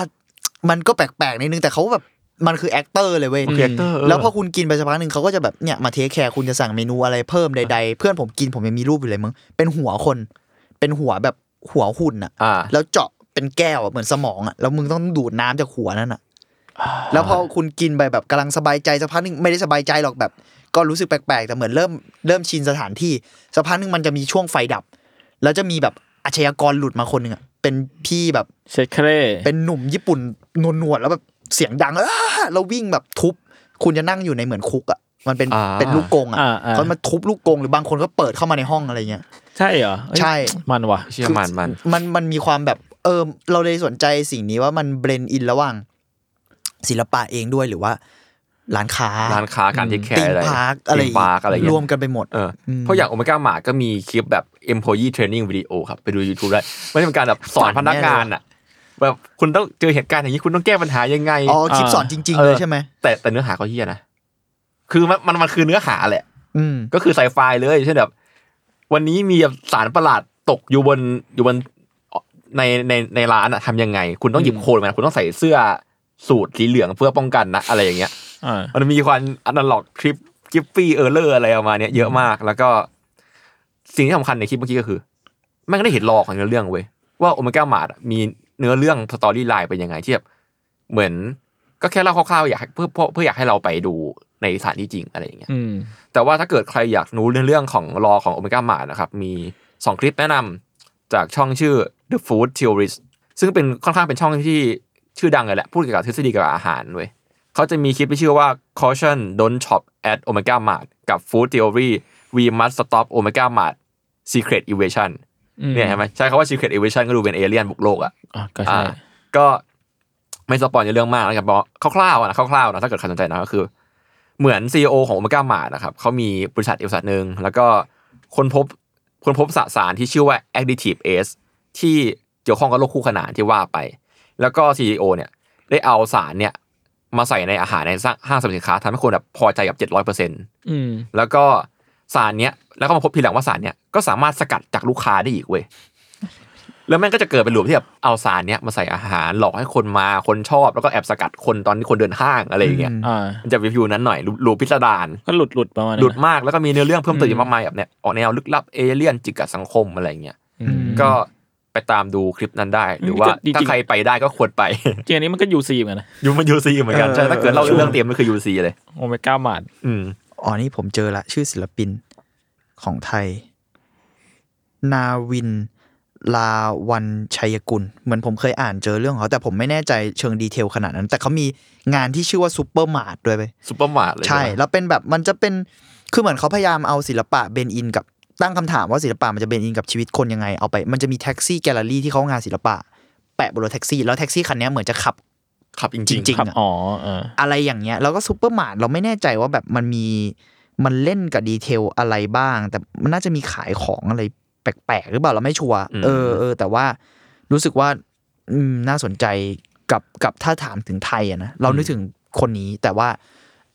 C: มันก็แปลกๆนิดนึงแต่เขาแบบมันคือแอคเตอร์เลยเว้ย
B: มันคือ actor เ
C: แล้วพอคุณกินไปสักพักหนึ่งเขาก็จะแบบเนี่ยมาเทคแคร์คุณจะสั่งเมนูอะไรเพิ่มใดๆ เพื่อนผมกินผมยังมีรูปอยู่เลยมึงเป็นหัวคน เป็นหัวแบบหัวหุ่นอะ
B: อ่า
C: แล้วเจาะเป็นแก้วอะเหมือนสมองอะแล้วมึงต้องดูดน้ำจากหัวนั่นอะแล้วพอคุณกินไปแบบกำลังสบายใจสักพักหนึ่งไม่ได้สบายใจหรอกแบบ ก็รู้สึกแปลกๆ แต่เหมือนเริ่มเริ่มชินสถานที่สักพักหนึ่งมันจะมีช่วงไฟดับ แล้วจะมีแบบอาชญากรหลุดมาคนหนึ่งอะเป็นพี่แบบ
A: เชคเคร
C: เป็นหนุ่มญี่ปุ่นนวลนวดแล้วแบบเสียงดัง อ้าแล้ววิ่งแบบทุบ คุณจะนั่งอยู่ในเหมือนคุกอ่ะมันเป็น
B: อ่า
C: เป็นลูกกรงอ่ะ
A: อ่าอ่า
C: เขามาทุบลูกกรงหรือบางคนก็เปิดเข้ามาในห้องอะไรเงี้ย
A: ใช่เหรอเอ้ย
C: ใช่
A: มันว่ะ
B: เชื่อมันมัน
C: มันมันมีความแบบเออเราเลยสนใจสิ่งนี้ว่ามันเบลนอินระหว่าง ศิลปะเองด้วยหรือว่า ร้านค้า
B: ร้านค้าการเทคแค
C: ตี
B: ร์อะ
C: ม
B: ไร
C: พาร์คอะไร
B: ธีมพาร์คอะไรอย่างเงี้
C: ร
B: ยว
C: มกันไปหมด
B: เอออ
C: ม
B: เพราะอย่างโอเมก้าหมาก็มีคลิปแบบ employee training video ครับ ไปดู YouTube ได้มันเป็นการแบบสอน
C: สอน
B: พนักงาน
C: แน่เลย
B: อะแบบคุณต้องเจอเหตุการณ์อย่างนี้คุณต้องแก้ปัญหายังไง
C: อ๋อคลิปสอนจริง ๆ เลย
B: เออ
C: ใช่ไหม
B: แต่แต่เนื้อหาก็เฮี้ยนะ คือมันมันมันคือเนื้อหาแหละ
C: อืม
B: ก็คือไซไฟเลยเช่นแบบ วันนี้มีสารประหลาดตกอยู่บนอยู่บนในในในร้านอะทำยังไง คุณต้องหยิบโคลนมันคุณต้องใส่เสื้อสูทสีเหลืองเพื่อป้องกันนะอะไรอย่างเงี้ย
A: อ่า
B: มันมีความอนาล็อกคลิปกิฟฟี่เออร์เลอร์อะไรประมาณเนี้ยเยอะมากแล้วก็ สิ่งที่สำคัญในคลิปเมื่อกี้ก็คือแม่งได้เห็นรอของเนื้อเรื่องเว้ยว่าโอเมก้ามาดมีเนื้อเรื่องสตอรี่ไลน์เป็นยังไงที่แบบเหมือนก็แค่เล่าคร่าวๆอยากให้เพื่อเพื่อเพื่ออยากให้เราไปดูในสถานที่จริงอะไรอย่างเงี้ย
A: อืม
B: แต่ว่าถ้าเกิดใครอยากรู้เรื่องเรื่องของรอของโอเมก้ามานะครับ มีสองคลิปแนะนำจากช่องชื่อ The Food Theorist ซึ่งเป็นค่อนข้างเป็นช่องที่ชื่อดังเลยแหละ พูดเกี่ยวกับทฤษฎีเกี่ยวกับอาหารเว้ยเขาจะมีคลิปที่ชื่อว่า caution don't shop at omega mart กับ food theory we must stop omega mart secret evasion
A: อื
B: เนี่ยเห็นไหมใช้คำว่า secret evasion ก็ดูเป็นเอเลี่ยนบุกโลกอ่ะ
A: อ่ะก็ใช่
B: อ่าก็ไม่สปอยในเรื่องมากนะครับเพราะคร่าวๆอะนะคร่าวๆนะถ้าเกิดใครสนใจนะก็คือ เหมือนซีอของโอเมก้ามานะครับเขามีบริษัทเอกบริษัทหนึ่งแล้วก็คนพบคนพบสสารที่ชื่อว่า additive S ที่เกี่ยวข้องกับโรคคู่ขนานที่ว่าไป แล้วก็ CEO เนี่ยได้เอาสารเนี่ยมาใส่ในอาหารในห้างสรรพสินค้าทำให้คนแบบพอใจกับ 700%
A: อืม
B: แล้วก็สารเนี้ยแล้วก็มาพบทีหลังว่าสารเนี้ยก็สามารถสกัดจากลูกค้าได้อีกเว้ย แล้วแม่งก็จะเกิดเป็นหลุมที่แบบเอาสารเนี้ยมาใส่อาหารหลอกให้คนมาคนชอบแล้วก็แอบสกัดคนตอนที่คนเดินห้างอะไรอย่างเงี้ย
C: อืม
A: อ่า
B: มันจะวิวนั้นหน่อยรูรูปพิสดาร
A: ก็หลุดหลุดประมาณนั้น
B: หลุด
A: นะ
B: มากแล้วก็มีเนื้อเรื่องเพิ่มเติมอี
A: อืม
B: กมากมายแบบเนี้ยออกแนวลึกลับเอเลี่ยนจิกกัดสังคมอะไรอย่างเงี้ย
A: อืม
B: ก็ไปตามดูคลิปนั้นได้ หรือว่า
A: ก็จริงๆ
B: ถ้าใครไปได้ก็ควรไป
A: จริงอันนี้มันก็ยูซีเหมือนกันนะ
B: ยูมันยูซีเหมือนกันใช่ถ้าเกิดเล่า
C: เออ
B: เรื่องเตรียมมันคือยูซีเลย
A: โอเมก้ามาด
B: อืม
C: อ๋อนี่ผมเจอละ ชื่อศิลปินของไทย นาวิน ลาวันชัยกุล เหมือนผมเคยอ่านเจอเรื่องของเขาแต่ผมไม่แน่ใจเชิงดีเทลขนาดนั้น แต่เขามีงานที่ชื่อว่าซูเปอร์มาร์ทด้วยไป
B: ซุปเปอร์มาร์ทเลย
C: ใช่
B: ไหม
C: แล้วเป็นแบบมันจะเป็น คือเหมือนเขาพยายามเอาศิลปะเบนอินกับตั้งคำถามว่าศิลปะมันจะเบนอินกับชีวิตคนยังไง เอาไป มันจะมีแท็กซี่แกลเลอรี่ที่เขางานศิลปะ แปะบนรถแท็กซี่ แล้วแท็กซี่คันเนี้ยเหมือนจะขับ
B: ขับจริง
C: จ
B: จ
C: ริ
B: ริ
C: ง
B: ง
A: ครับ
C: อะ
A: อ๋อเออ
C: อะไรอย่างเงี้ยแล้วก็ซูเปอร์มาร์ทเราไม่แน่ใจว่าแบบมันมีมันเล่นกับดีเทลอะไรบ้าง แต่มันน่าจะมีขายของอะไรแปลกๆ หรือเปล่าเราไม่ชัวร์เออเออแต่ว่ารู้สึกว่าอืมน่าสนใจกับกับถ้าถามถึงไทยอะนะเรานึกถึงคนนี้แต่ว่า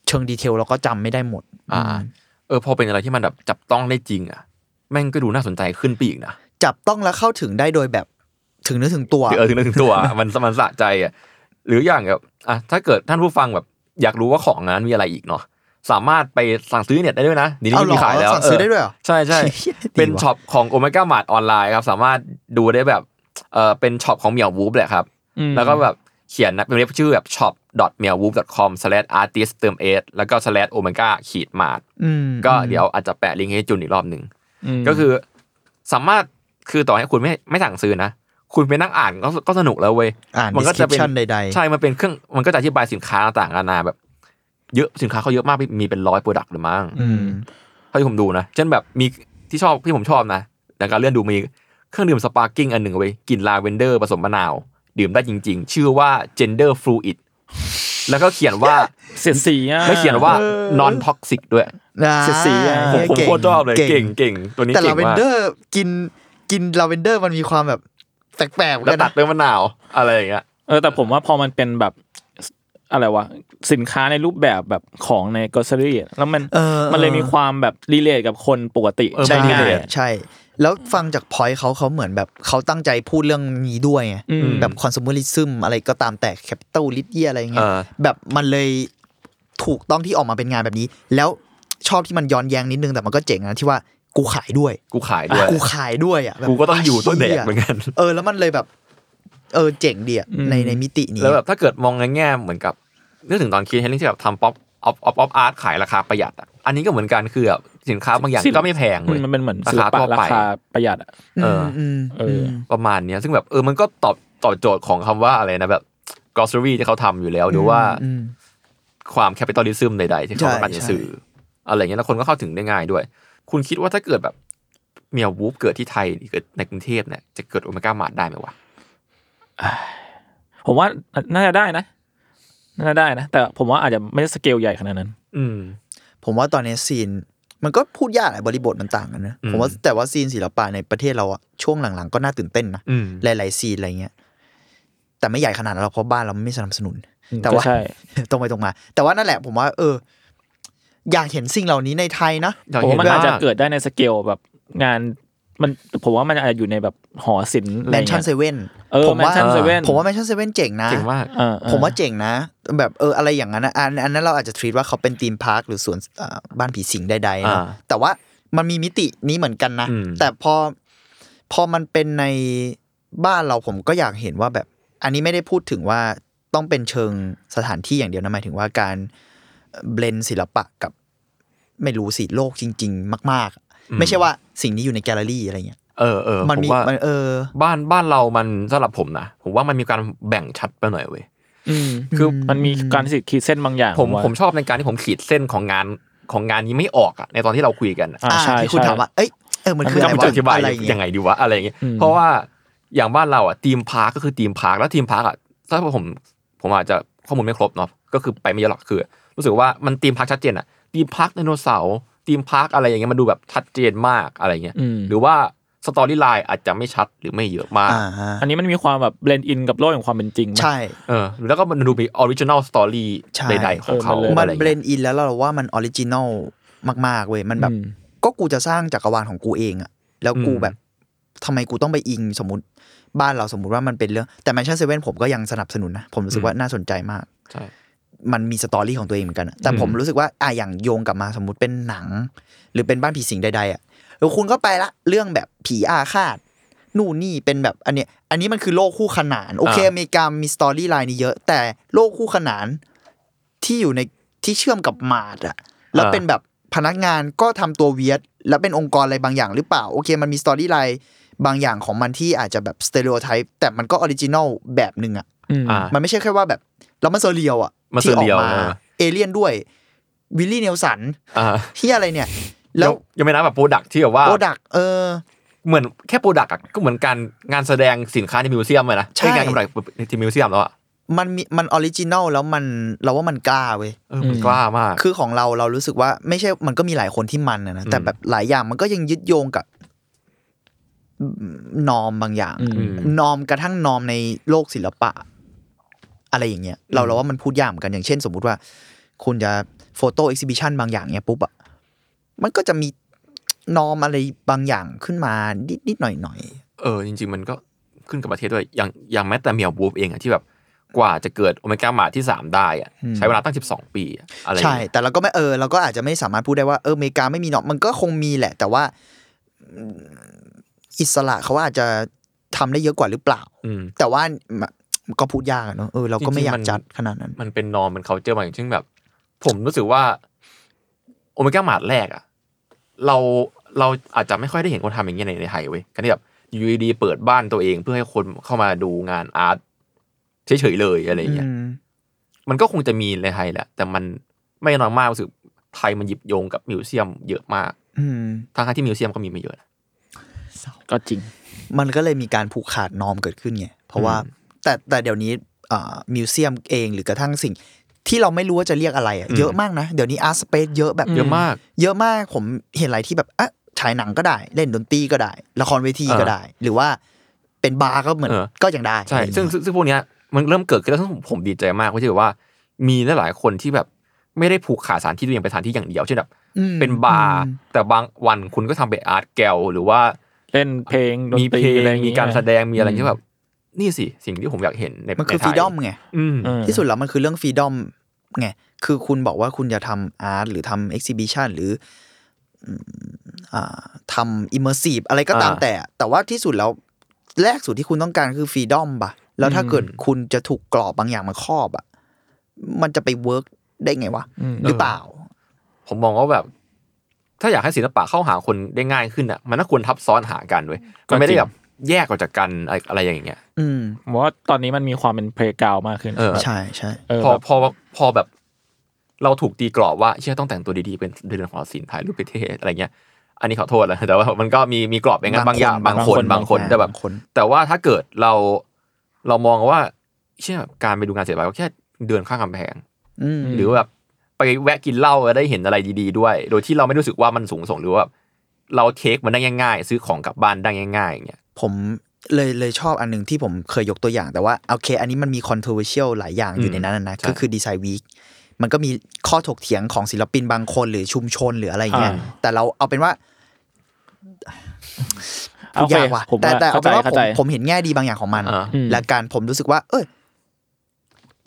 C: เชิงดีเทลเราก็จำไม่ได้หมด
B: อ่า
C: อืม
B: เออพอเป็นอะไรที่มันแบบจับต้องได้จริงอ่ะแม่งก็ดูน่าสนใจขึ้นไปอีกนะ
C: จับต้องและเข้าถึงได้โดยแบบถึงเนื้อถึงตัว
B: เออถึงนึงตัว มันมันสะ ใจอ่ะหรืออย่างแบบอ่ะถ้าเกิดท่านผู้ฟังแบบอยากรู้ว่าของนั้นมีอะไรอีกเนาะสามารถไปสั่งซื้อเน็ตได้ด้วยนะเดี๋ยวนี้
C: เอา
B: ไม่
C: เหรอ
B: มีขายแล้ว
C: สั่งซื้อได้ด้วยเหรอ
B: ใช่ใช่
C: เหี้ยดีว่ะ
B: เป็นช็อปของโอเมก้ามาร์ทออนไลน์ครับ สามารถดูได้แบบเออเป็นช็อปของเหมียววูฟแหละครับ
A: อืม
B: แล้วก็แบบเขียนนะเป็นเรียกชื่อแบบ shop m e l w o o f c o m artist เติม s แล้วก็ slash omega ขีด mart
C: อืม
B: ก็เดี๋ยวอาจจะแปะลิงก์ให้จุนอีกรอบหนึ่ง
A: อืม
B: ก็คือสามารถคือต่อให้คุณไม่ไม่สั่งซื้อนะ คุณไปนั่งอ่านก็ก็สนุกแล้วเว้ย
C: อ่าน
B: มั
C: ดิ
B: ก็
C: สคริปชันใด ๆ
B: ใช่ มันเป็นเครื่องมันก็จะอธิบายสินค้าต่างๆนานาแบบ เยอะสินค้าเขาเยอะมากมีมีเป็นร้อยโปรดักต์หรือมั้ง
C: อืม
B: เท่าที่ผมดูนะ เช่นแบบมีที่ชอบที่ผมชอบนะแต่การเลื่อนดูมีเครื่องดื่มสปาร์กิ้งอันหนึ่งเว้ยกลิ่นลาเวนเดอร์ผสมมะนาว ดื่มได้จริง ๆ ชื่อว่า gender fluid แล้วก็เขียนว่า
A: เสียดสีอ่ะ
B: แล้วเขียนว่า non toxic ด้วย
C: อ่า
A: เสียดสีอะ
B: ผม
C: เหี้
B: ผม
C: ย
B: โคตรชอบเลยเก่งเก่งตัวนี้
C: แต่
B: เก่
C: ลางเวน
B: มาก
C: เดอร์กินกินลาเวนเดอร์มันมีความแบบแปลกๆเหมือน
B: แล้ว
C: กัน
B: ตั
C: นะ
B: ดด้วยมะนาวอะไรอย่างเงี้ย
A: เออแต่ผมว่าพอมันเป็นแบบอะไรวะสินค้าในรูปแบบแบบของในกอสเซอรี่แล้วมัน
C: เออ
A: มันเลยมีความแบบรีเลทกับคนปกติ
B: เออ
C: ใช่
A: ได้
B: มัน
A: ง่า
B: relate
A: ย
C: ใช่ แล้วฟังจากพอยต์เขาเขาเหมือนแบบเขาตั้งใจพูดเรื่องนี้ด้วยไง
A: อืม
C: แบบคอน sumerism อะไรก็ตามแต่แคปิตอลลิทเยียอะไรเงี้ย
B: เออ
C: แบบมันเลยถูกต้องที่ออกมาเป็นงานแบบนี้ แล้วชอบที่มันย้อนแย้งนิดนึงแต่มันก็เจ๋งนะที่ว่ากูขายด้วย
B: กูขายด้วย
C: กูขายด้วยอ่ะแบบ
B: กูก็ต้องอยู่ต้นแดด
C: ชี่
B: เหมือนกัน
C: เออ แล้วมันเลยแบบ เออเจ๋งดีอะ
A: อืม
C: ในในมิตินี้
B: แล้วแบบถ้าเกิดมองในแง่เหมือนกับนึกถึงตอนคิดเฮลิ่งที่แบบทำป๊อปออฟออฟออฟอาร์ตขายราคาประหยัดอ่ะอันนี้ก็เหมือนกันคือแบบสินค้าบางอย่าง
A: สิน
B: ก็ไม่แพง
A: อืม
B: เลย
A: มันเป็นเหมือน
B: รา
A: ศิล
B: คา
A: ปะ
B: ทั่ว
A: รา
B: ไป
A: คาประหยัดอ่ะ
B: เออ
C: ม
A: เอออื
C: ม
B: ประมาณเนี้ย ซึ่งแบบเออมันก็ตอบตอบโจทย์ของคำว่าอะไรนะแบบ grocery ที่เขาทำอยู่แล้วหรือว่า
C: อืม
B: ความ capitalism ใด ๆ ที่เขาต้องการจะ
C: ใช่
B: สื่ออะไรเงี้ยแล้วคนก็เข้าถึงได้ง่ายด้วย คุณคิดว่าถ้าเกิดแบบเมียวูฟเกิดที่ไทยเกิดในกรุงเทพเนี่ยจะเกิดโอเมก้ามาดได้ไหมวะ
A: ผมว่าน่าจะได้นะน่าจะได้นะ แต่ผมว่าอาจจะไม่ได้สเกลใหญ่ขนาดนั้น
B: อืม
C: ผมว่าตอนนี้ซีน มันก็พูดยากแหละบริบทมันต่างกันนะ
B: อืม
C: ผมว่าแต่ว่าซีนศิลปะในประเทศเราอะช่วงหลังๆ ก็น่าตื่นเต้นนะ
B: อืม
C: หลายๆซีนอะไรเงี้ยแต่ไม่ใหญ่ขนาดนั้นหรอกเพราะบ้านเราไม่สนับสนุน แต่
A: ก็
C: ว่า
A: ใช่
C: ตรงไปตรงมา แต่ว่านั่นแหละ ผมว่า เออ อยากเห็นสิ่งเหล่านี้ในไทยนะ
B: อยาก
A: ผม
B: เห็น
A: ว่ามันอาจจะ
B: มาก
A: เกิดได้ในสเกลแบบงานมันผมว่ามันอาจจะอยู่ในแบบหอศิลป์อะไร
C: แมน
A: เงี้
C: ชั่นเซ
A: ย
C: เว่น
A: เออ
C: ผมว่า
A: Mansion Seven
C: ผมว่าแมนชั่นเซเว่นเจ๋งนะ
B: เจ๋งมาก
A: เออเออ
C: ผมว่าเจ๋งนะ แบบเอออะไรอย่างนั้นนะอันอันนั้นเราอาจจะทรีตว่าเขาเป็นธีมพาร์คหรือสวนเอ่อบ้านผีสิงใดๆนะ
B: อ่า
C: แต่ว่ามันมีมิตินี้เหมือนกันนะ
B: อืม
C: แต่พอพอมันเป็นในบ้านเราผมก็อยากเห็นว่าแบบ อันนี้ไม่ได้พูดถึงว่าต้องเป็นเชิงสถานที่อย่างเดียวนะหมายถึงว่าการเบลนศิลปะกับไม่รู้สิโลกจริง ๆ มาก ๆ ไม่ใช่ว่าสิ่งนี้อยู่ในแกลเลอรี่อะไรเงี้ย
B: เออเออ
C: มัน
B: ผ
C: มี
B: มว่าม
C: มันเออ
B: บ้านบ้านเรามันสำหรับผมนะผมว่ามันมีการแบ่งชัดไปหน่อยเว้ย
A: อืม
B: คือ
A: มันมีการสิทธิ์ขีดเส้นบางอย่าง
B: ผม
A: ว่า
B: ผมชอบในการที่ผมขีดเส้นของงานของงานนี้ไม่ออกอะในตอนที่เราคุยกันอะ
A: อ่า
C: อ่า
A: ใช่
C: ที่คุณ
A: ใช่
C: ถามว่า เอ้ย เออมันคือ
B: จะ
C: อะ
B: มั
C: ไร
B: น
C: วะ
B: จะอธิบาย
C: อะไรอางเงี้
B: ยังไงดีวะอะไรอย่างเงี้ย
A: อืม
B: เพราะว่าอย่างบ้านเราอ่ะทีมพาร์คก็คือทีมพาร์คแล้วทีมพาร์คอ่ะถ้าผมผมอาจจะข้อมูลไม่ครบเนาะก็คือไปไม่เยอะหรอกคือ รู้สึกว่ามันทีมพาร์คชัดเจนอ่ะทีมพาร์คไดโนเสาร์ทีมพาร์คอะไรอย่างเงี้ยมันดูแบบชัดเจนมากอะไรเงี้ย
A: อืม
B: หรือว่าสตอรี่ไลน์อาจจะไม่ชัดหรือไม่เยอะมาก
C: อ่าฮะ
A: อันนี้มันมีความแบบเบลนด์อินกับโลกของความเป็นจริงมั้ย
C: ใช่
B: เออแล้วก็มันดูมีออริจินอลสตอรี่
C: ใช่
B: ใดๆของเขา
A: เออมั
C: มัน น
B: อะไร
C: เบร
B: เงี้ย
C: นอินแล้วเราว่ามันออริจินอลมาก ๆ เว้ย มันแบบ
A: อืม
C: ก็กูจะสร้างจักรวาลของกูเองอะแล้วกูแบบทำไมกูต้องไปอิงสมมติบ้านเราสมมติว่ามันเป็นเรื่อง แต่แมนชั่นเซเว่นผมก็ยังสนับสนุนนะ ผมรู้สึกว่าน่าสนใจมาก
B: ใช่
C: มันมีสตอรี่ของตัวเองเหมือนกันอะแต่ผมรู้สึกว่าอ่ะอย่างโยงกลับมาสมมติเป็นหนัง หรือเป็นบ้านผีสิงใดๆอะแล้วคุณก็ไปละเรื่องแบบผีอาฆาตนู่นนี่เป็นแบบอันเนี้ยอันนี้มันคือโลกคู่ขนานโอเคอเมริกามีสตอรี่ไลน์นี้เยอะ แต่โลกคู่ขนานที่อยู่ในที่เชื่อมกับมาดอะแล้วเป็นแบบพนักงานก็ทำตัวเวียดแล้วเป็นองค์กรอะไรบางอย่างหรือเปล่าโอเค มันมีสตอรี่ไลน์บางอย่างของมันที่อาจจะแบบสเตอริโอไทป์แต่มันก็ออริจินอลแบบหนึ่งอะ
A: อืม
B: อ่า
C: มันไม่ใช่แค่ว่าแบบแล้วมันเซอร์เรียลอะ
B: มัน
C: ที่อ
B: เซอร์
C: อก
B: เรียล
C: มา
B: เออ
C: เอเลี่ยนด้วยวิลลี่เนลสัน
B: อ่า
C: ที่อะไรเนี่ย
B: แล้
C: แล้ว ว
B: ยังไม่นับแบบโปรดักที่แบบว่า
C: โปรดักเออ
B: เหมือนแค่โปรดักต์ก็เหมือนการงานแสดงสินค้าในมิวเซียมเลยนะ
C: ใช่
B: ห้งานกำไรในที่มิวเซียมแล้วอ่ะ
C: มันมีมันออริจินอลแล้วมันเราว่ามันกล้าเว้ย
B: เออมัน
A: อืม
B: กล้ามาก
C: คือของเราเรารู้สึกว่าไม่ใช่มันก็มีหลายคนที่มันนะนะแต่
B: อืม
C: แบบหลายอย่างมันก็ยังยึดโยงกับนอมบางอย่าง
A: อืม
C: นอมกระทั่งนอมในโลกศิลปะ อะไรอย่างเงี้ย เราเราว่ามันพูดยากเหมือนกันอย่างเช่น สมมุติว่า คุณจะโฟโต้เอ็กซิบิชันบางอย่างเนี้ยปุ๊บอะมันก็จะมีนอมอะไรบางอย่างขึ้นมานิดนิดๆหน่อยหน่อย
B: เออจริง ๆ มันก็ขึ้นกับประเทศด้วยอย่างอย่างแม้แต่เมียวบูฟเองอ่ะที่แบบกว่าจะเกิดโอเมก้ามาที่ 3 ได้อ่ะ
C: อืม
B: ใช้เวลาตั้ง 12 ปีอะอะไรอ
C: ๆ
B: ย่า
C: ใช่
B: งเงี้ย
C: แต่เราก็ไม่เออเราก็อาจจะไม่สามารถพูดได้ว่าเอออเมริกาไม่มีนอมมันก็คงมีแหละ แต่ว่าอืมอิสระเขาอาจจะทำได้เยอะกว่าหรือเปล่า
B: อืม
C: แต่ว่ามันก็พูดยากอะเนอะเออเราก็ไม่อยา
B: จริงๆ
C: ก
B: มัน
C: จัดขนาดนั้น
B: มันเป็นนอมมันเคาเจอมาอย่างเช่นแบบ ผมรู้สึกว่าโอเมก้ามาแรกอ่ะเราเราอาจจะไม่ค่อยได้เห็นคนทำอย่างเงี้ยในในไทยเว้ยการที่แบบอยูดีๆเปิดบ้านตัวเอง เพื่อให้คนเข้ามาดูงานอาร์ตเฉยๆเลยอะไรอย่างเงี้ย มันก็คงจะมีในไทยแหละ แต่มันไม่น้อยมากรู้สึกไทยมันหยิบโยงกับมิวเซียมเยอะมาก
C: อืม
B: ทั้งๆที่มิวเซียมก็มีไม่เยอะนะ
A: ก็จริง
C: มันก็เลยมีการผูกขาดนอมเกิดขึ้นไง เพราะว่าแต่แต่เดี๋ยวนี้อ่ามิวเซียมเองหรือกระทั่งสิ่ง ที่เราไม่รู้ว่าจะเรียกอะไรอะ
B: อืม
C: เยอะมากนะ เดี๋ยวนี้อาร์ตสเปซเยอะแบบ
B: เยอะมาก
C: เยอะมากผมเห็นอะไรที่แบบอ่ะฉายหนังก็ได้ เล่นดนตรีก็ได้ ละครเวทีก็ได้ หรือว่าเป็นบาร์ก็เหมือน
B: เออ
C: ก็ยังได้
B: ใช่ซึ่งซึ่งซึ่งพวกเนี้ยมันเริ่มเกิดขึ้นแล้วซึ่งผมผมดีใจมากเพราะที่แบบว่า มีหลายๆคนที่แบบไม่ได้ผูกขาดสถานที่ตัวเองไปนสถานที่อย่างเดียวเช่นแบบ
C: อืม
B: เป็นบาร์
C: อืม
B: แต่บางวันคุณก็ทำไปนอาร์ตแกลหรือว่า
A: เล่นเพลงดน
B: มี
A: ต
B: เพล
A: อะไรอง ย่
B: มี
A: เย
B: การแสดงมีอะไร
A: อืม
B: ที่แบบ นี่สิสิ่งที่ผมอยากเห็นใน
C: มันคือ
B: ใไท
C: ฟรี
B: ย
C: ดอมไง
B: อืม
A: เออ
C: ที่สุดแล้วมันคือเรื่องฟรีดอมไง คือคุณบอกว่าคุณจะทำอาร์ตหรือทำเอ็กซิบิชันหรืออืมอ่าทำอิมเมอร์ซีฟอะไรก็ตามแต่ แต่ว่าที่สุดแล้วแรกสุดที่คุณต้องการคือฟรีดอมปะแล้วถ้าเกิดคุณจะถูกกรอบบางอย่างมาครอบอะมันจะไปเวิร์กได้ไงวะ
A: อืม
C: หรือเปล่า
B: ผมมองว่าแบบ ถ้าอยากให้ศิลปะเข้าหาคนได้ง่ายขึ้นอ่ะมันน่าควรทับซ้อนหากันเว้ยมันไม่ได้แบบแยกออกจากกันอะไรอะไรอย่างเงี้ย
C: อืม
A: ผมว่าตอนนี้มันมีความเป็นเพลกาวมากขึ้น
B: เออ
A: แบบ
C: ใช่ใช่
A: เออ
B: พอ
A: แบบ
B: พอพอแบบ เราถูกตีกรอบว่าเชื่อต้องแต่งตัวดีๆเป็นเดือนของศิลป์ถ่ายรูปไปเท่อะไรเงี้ย อันนี้ขอโทษนะแต่ว่า มันก็มีมีกรอบอย่างนั้นบางอย่างบางคนบางคนแต่แบบ
C: คน
B: แต่ว่าถ้าเกิดเราเรามองว่าเชื่อการไปดูงานศิลปะก็แค่เดินข้างกำแพง
C: อืม
B: หรือแบบไปแวะกินเหล้าแล้วได้เห็นอะไรดี ๆด้วย โดยที่เราไม่รู้สึกว่ามันสูงส่งหรือว่าแบบเราเทคมันได้ง่ายๆ ซื้อของกลับบ้านได้ง่ายๆอย่างเงี้ย
C: ผมเลยเลยชอบอันหนึ่งที่ผมเคยยกตัวอย่างแต่ว่าโอเค อันนี้มันมี controversial หลายอย่างอ
B: อื
C: ยู่
B: ม
C: ในนั้นนะนะ
B: ใช่
C: ก็คือดีไซน์วีคมันก็มีข้อถกเถียงของศิลปินบางคนหรือชุมชนหรืออะไรอย่างเงี้ย
B: อ่า
C: แต่เราเอาเป็นว่า
A: โอเค
C: ยากว่ะ
A: ผม
C: แต่แต่เอา
A: เข้าใจ
C: เป็นว่า
A: เข้า
C: ผม
A: ใจ
C: ผมเห็นแง่ดีบางอย่างของมัน
B: อ่า
A: อืม
C: และการผมรู้สึกว่า เอ้ย